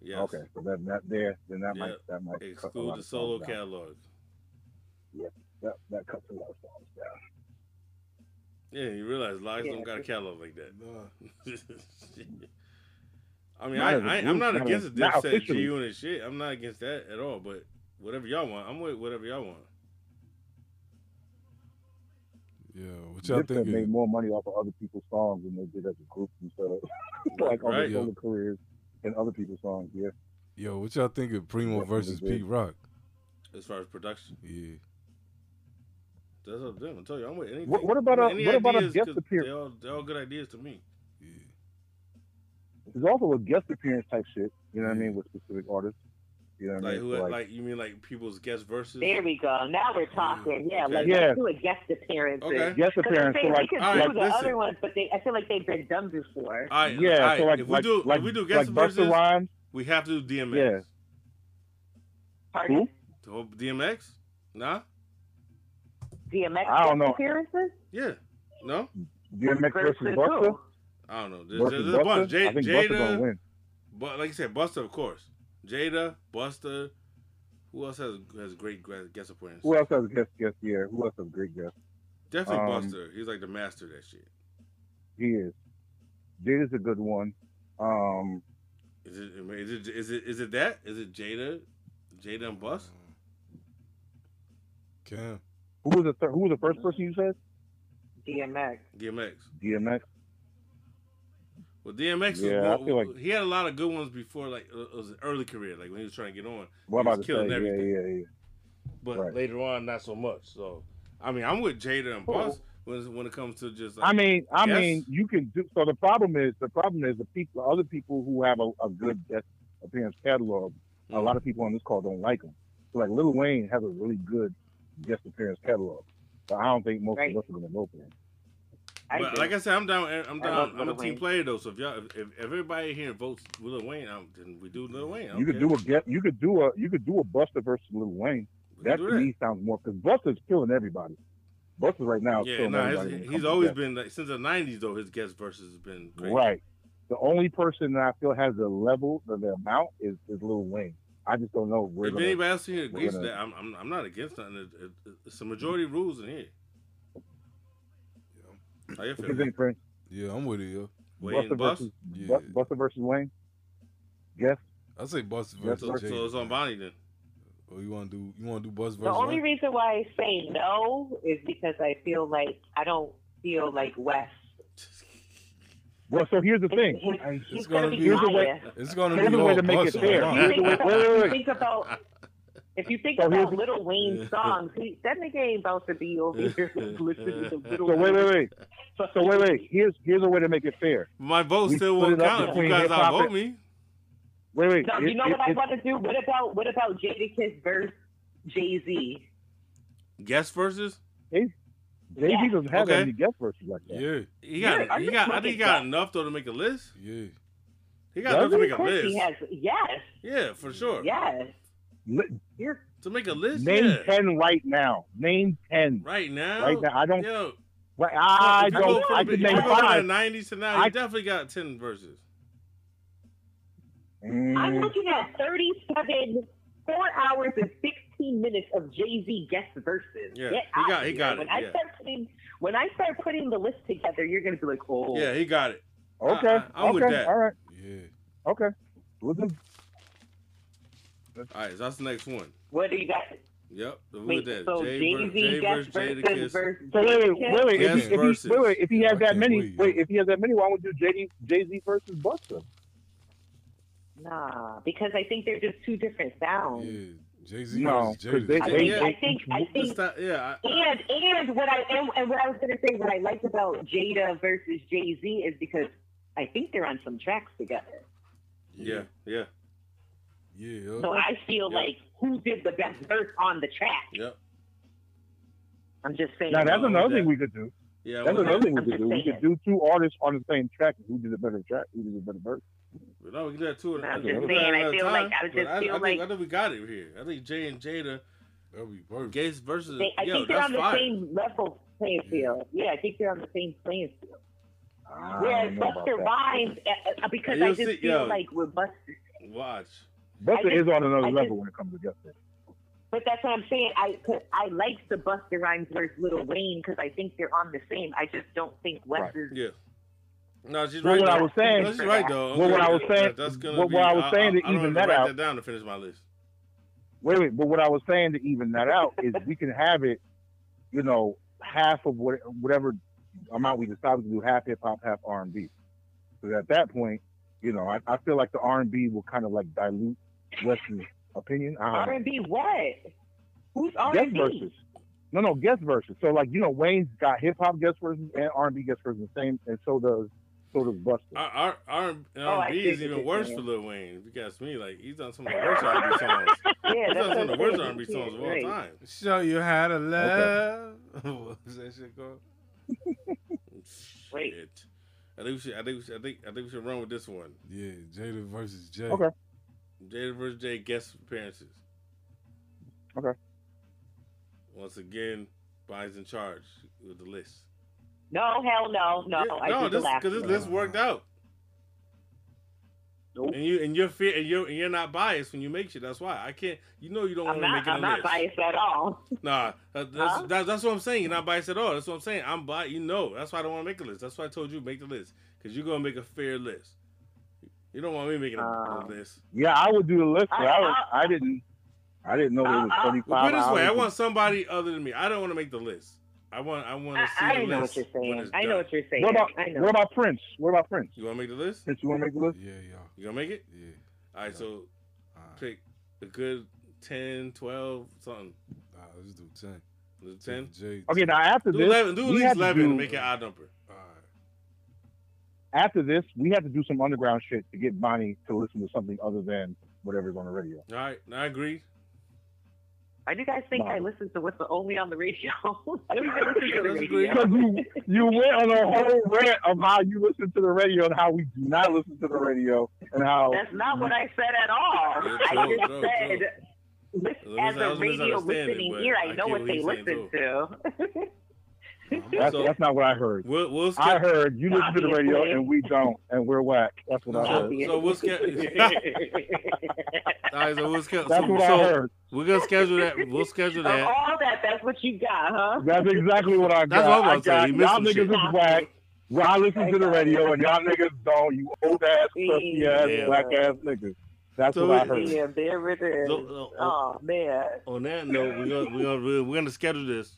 yes. okay, so that that there, then that might Yeah. that might cut a lot Exclude the of solo songs down. catalog. That that cuts a lot of songs down. Yeah, you realize locks Yeah. don't got a catalog like that. Nah. I mean, Not I, as a I I'm group, not not against as- the not Dipset G officially. Unit shit. I'm not against that at all. But whatever y'all want, I'm with whatever y'all want. Yeah. What y'all Dipset think? made Is, more money off of other people's songs than they did as a group themselves. like on Right. their solo careers and other people's songs. Yeah, yo, what y'all think of Primo Definitely versus did. Pete Rock? As far as production, Yeah. that's up to them. I tell you, I'm with anything. What- what about I'm a- with any what about a ideas, guest 'cause appear- They all, they're all good ideas to me. Yeah. there's also a guest appearance type shit. You know what I mean with specific artists. You know what Mm-hmm. Like I mean? who? So, Like, like, you mean like people's guest verses? There we go. Now we're talking. Yeah, Okay. like Yeah. do a guest appearance. Okay. yes, Because appearance. So they, like, they could All do right, the listen. Uh, other ones, but they, I feel like they've been done before. All right, all yeah. right. So like, if we like, do like, if we do like guest Busta verses, Rhymes. we have to do DMX. Yeah. Pardon? Who? The whole DMX? Nah. DMX I don't guest know. appearances? Yeah. No. DMX versus Versus Busta. who? I don't know. There's, Versus there's a bunch. Busta. J- I think Busta gonna Jada, win. but like you said, Buster, of course. Jada, Buster. Who else has has great gra- guest appearances? Who else has a guest guest here? Who else has a great guest? Definitely um, Buster. He's like the master of that shit. He is. Jada's a good one. Um, Is it, I mean, is it is it is it that? Is it Jada, Jada and Bust? Cam. who was the thir- who was the first person you said? DMX. DMX. DMX. Well, DMX Yeah, I was feel more, like- he had a lot of good ones before, like uh, it was his early career, like when he was trying to get on. What He was about to say? killing Yeah, everything. yeah, yeah. But Right. later on, not so much. So, I mean, I'm with Jada and Bust when when it comes to just. Like, I mean, I Yes. mean, you can do. So the problem is, the problem is the people, other people who have a, a good guest appearance catalog. A lot of Mm-hmm. people on this call don't like them. So like Lil Wayne has a really good guest appearance catalog, but I don't think most Right. of us are gonna vote for him. I but do. like I said, I'm down. I'm I love down. I'm a Lil team Wayne. player though. So if y'all, if, if everybody here votes Lil Wayne, I'm, then we do Lil Wayne. I don't You could care. do a get, you could do a, you could do a Buster versus Lil Wayne. We That can do to me sounds more because Buster's killing everybody. Buster right now is Yeah, killing no, everybody. when it he's, comes he's to always guests. been like since the '90s though. His guest versus has been great. right. The only person that I feel has the level, the, the amount is is Lil Wayne. I just don't know if we're if gonna- anybody else in here agrees to gonna- that, I'm, I'm I'm not against nothing. It- it- It's a majority rules in here. How you What you feel? think, Prince? Yeah, I'm with it, yo. Wayne Buster and Bust. versus Yeah. Bu- Buster versus Wayne. Yes. I say Buster Yes, versus So, Jada. so it's on Bonnie then. Oh, you wanna do you wanna do Buster The versus only Wayne? reason why I say no is because I feel like I don't feel like Wes. Well, so here's the thing. He's, It's going gonna to be be- Here's the way- biased. It's gonna Here's be a way all to make it Buster fair. Wayne. Here's a way- wait, wait, If wait. you think about if you think So here's- about Little Wayne's songs, he, that nigga ain't about to be over here listening to Little So wait, Wayne. wait, wait. So, so wait, wait. Here's here's a way to make it fair. My vote We still split won't it up count if you between guys hip-hop outvote and- me. Wait, wait. No, you It- know it- what I it- want to do? What about what about Jadakiss versus Jay Z? Guest versus. Jay-Z doesn't have Okay. any guest verses like that. Yeah, He got. Yeah, I'm he just got. I making think he got stuff. enough though to make a list. yeah. He got enough to Doesn't? make Of a course he list. has. Yes, Yeah, for sure. yes. Li- You're To make a list. Name Yeah. ten right now. Name ten Right now. right now. I don't. Yo, Right, I if you don't. go from I the- could if name you go from five. the '90s to now. I- He definitely got ten verses. I'm Mm, looking at 37, four hours and 16 minutes of Jay Z guest verses. Yeah, Get he out got- of he here. got when it, I yeah. start putting when I start putting the list together, you're gonna be like, oh, Yeah, he got it. Okay. I- I'm with okay. that. All right. Yeah. Okay. We'll do- All right, so that's the next one. what do you got? Yep. So we Wait, did. so Jay, Jay ver- Z Jay guest versus versus Jadakiss. versus So wait, wait, Jadakiss? wait, wait. Yes, If, he, if, versus. he, wait, wait, if he I has that can't many, wait, wait, yo. if he has that many, why would you do JD JD versus Buster? Nah, because I think they're just two different sounds. Yeah. Jay Z No, versus 'cause they- I, Jada. think, Yeah. I think I Let's think stop- Yeah. I, and and what I and, and what I was gonna say, what I liked about Jada versus Jay Z is because I think they're on some tracks together. yeah. Yeah. Yeah, yo. So I feel Yeah. like who did the best verse on the track? Yep. I'm just saying. Now that's No, another that- thing we could do. Yeah. That's well, another thing we I'm could just do. We saying. could do two artists on the same track. Who did a better track? Who did a better verse? No, we can do that too. I'm just another saying, I time, feel like- I but just I, feel think, like- I think we got it here. I think Jay and Jada, That'd be perfect. Gates versus. They, I yo, think they're that's on the fire. same level playing field. Yeah, I think they're on the same playing field. I Whereas don't know about Buster that. Rhymes, uh, uh, because Now, I you'll just see- feel yo. like we're Buster. Watch. Buster I just- is on another I level just- when it comes to Buster. But that's what I'm saying. I 'cause I like the Buster Rhymes versus Little Wayne because I think they're on the same. I just don't think Wes Right. is. Yeah. No, she's Well, right. what I though. was saying- No, she's right though. Well, what I was Okay, saying- That's gonna what- be, what I was saying to I, I don't even even that write out- that down to finish my list. Wait, wait. But what I was saying to even that out is we can have it, you know, half of what whatever amount we decide to do, half hip hop, half R and B. Because at that point, you know, I, I feel like the R and B will kind of like dilute Wes's opinion. Uh-huh. I don't know. R&B what? Who's guest R&B? verses. No, no, guest verses. So like you know, Wayne's got hip hop guest verses and R and B guest verses, the same, and so does sort of busted. R R Oh, I R B is see even what you're worse saying. for Lil Wayne. If you ask me, like he's done some of the worst R B songs. Yeah, He's that's done some of the what worst I'm R B saying. songs of all Right. time. Show you how to love. what was that shit called? Wait. Shit. I think we should. I think we should. I think. I think we should run with this one. Yeah, Jada versus Jay. Okay. Jada vs. Jay guest appearances. Okay. Once again, Brian's in charge with the list. No, hell no, no. Yeah, I this did the last because this one. list worked out. Nope. And you and you're fear and you're and you're not biased when you make shit. That's why I can't. You know you don't want I'm to make not, it I'm on not this. biased at all. Nah, that- that's, Huh? that- that's what I'm saying. You're not biased at all. That's what I'm saying. I'm biased. You know. That's why I don't want to make a list. That's why I told you make the list because you're gonna make a fair list. You don't want me making a, a Um, list. Yeah, I would do the list, but I, Uh, was, I didn't. I didn't know it was Uh, uh, twenty Well, five. put it this way, I want somebody other than me. I don't want to make the list. I want. I want I, to see I the know what list you're when saying. it's I know done. what you're saying. What about I know. what about Prince? What about Prince? You want to make the list? Prince, you want to make the list? Yeah, y'all. You gonna make it? Yeah. All right. Yeah. So All right. pick a good 10, 12, something. All right, let's do 10. Is it Ten. Jay. Okay, now after Do this, eleven. Do at we least had to eleven to do- make an odd number. All right. after this, we have to do some underground shit to get Bonnie to listen to something other than whatever's on the radio. All right. I agree. Why do you guys think No. I listen to what's only on the radio? I don't even listen to the That's radio. Because you, you went on a whole rant of how you listen to the radio and how we do not listen to the radio and how That's not what I said at all. Yeah, I true, just true, said, true. listen, Unless as I a was radio misunderstanding, listening but ear, I I know get what what they he's saying, listen to. that's, So- that's not what I heard. We'll, we'll skip. I heard you listen to the radio and we don't and we're whack. That's what I So, heard. Obvious. so we'll skip. All right. So we'll skip. That's so, what I so heard. We're gonna schedule that. We'll schedule Of that. all that, that's what you got, huh? That's exactly what I got. That's what I was I about to say. got You y'all missed niggas some is whack. Y'all listen to the radio and y'all niggas don't. You old ass, crusty ass, Yeah. black ass niggas. That's So what I it- heard. Yeah, there it is. So, uh, Oh man. on that note, we're gonna, we're gonna we're- we're gonna schedule this.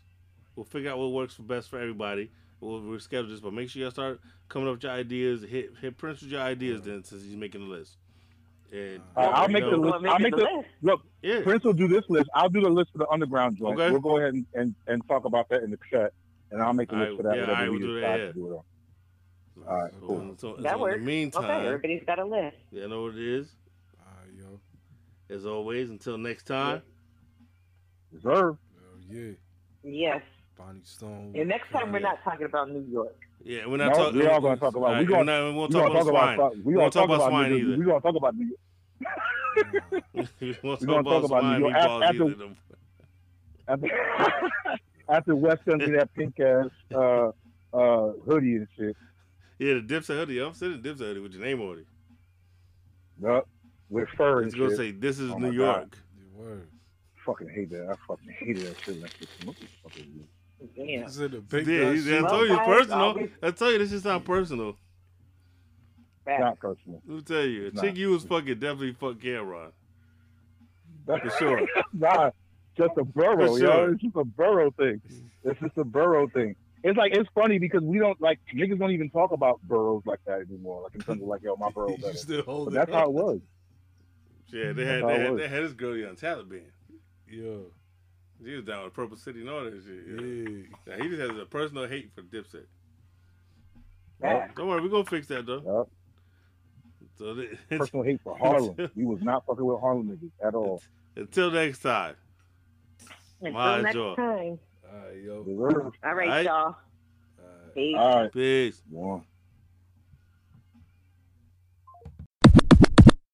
We'll figure out what works for best for everybody. We'll we'll schedule this, but make sure y'all start coming up with your ideas. Hit hit Prince with your ideas then, since he's making the list. And All right, Uh, I'll you make know- the list. Wanna make I'll it make the the- list? Look, Yeah, Prince will do this list. I'll do the list for the underground joint. Okay. We'll go ahead and, and, and talk about that in the chat, and I'll make the list Alright, for that. yeah, whatever alright, we we'll do that, decide to yeah. do it on. All right, So- cool. so- so That In works. the meantime, Okay, everybody's got a list. you know what it is. All right, yo. As always, until next time. Reserve. Hell yeah. Yes. Bonnie Stone. And next time we're Yeah. not talking about New York. Yeah, we're No, not talking. we are gonna talk about- we we're gonna- not, we won't We talk gonna about talk about swine. we gonna gonna talk talk about about swine niggas. either. We gonna talk about niggas. Nah, we won't We talk gonna about talk about swine New York. meatballs After- either. after, after West done did that pink ass uh, uh, hoodie and shit. Yeah, the Dipset hoodie. I'm sending Dipset hoodie with your name on it. Yup. With fur and It's gonna shit. say this is Oh New my God. York. your word. fucking hate that. I fucking hated that shit. Like, what the fuck is this? Damn. Is it a Yeah, big yeah, ass I shit? told you it's Okay, personal. I'll be- I tell you this is not personal. Back. Not personal. Let me tell you, Nah. Chick you was fucking definitely fuck Cameron. For sure. nah, just a burrow, yo. For sure. It's just a burrow thing. It's just a burrow thing. It's like it's funny because we don't like niggas don't even talk about burrows like that anymore. Like in terms of like yo, my burrow You better. still But holding that's how it was. Yeah, they That's had how they it had, was. they had this girlie on Taliban. Yo. She was down with Purple City and all that shit. Yeah. Yeah. Now, he just has a personal hate for Dipset. Yup, Back. Don't worry, we're gonna fix that though. yup. So th- Personal hate for Harlem. We was not fucking with Harlem niggas at all. until next time. My Until next joy. time. All right, yo. Deserve. All right, All right. y'all. All right. Peace. All right. Peace. One.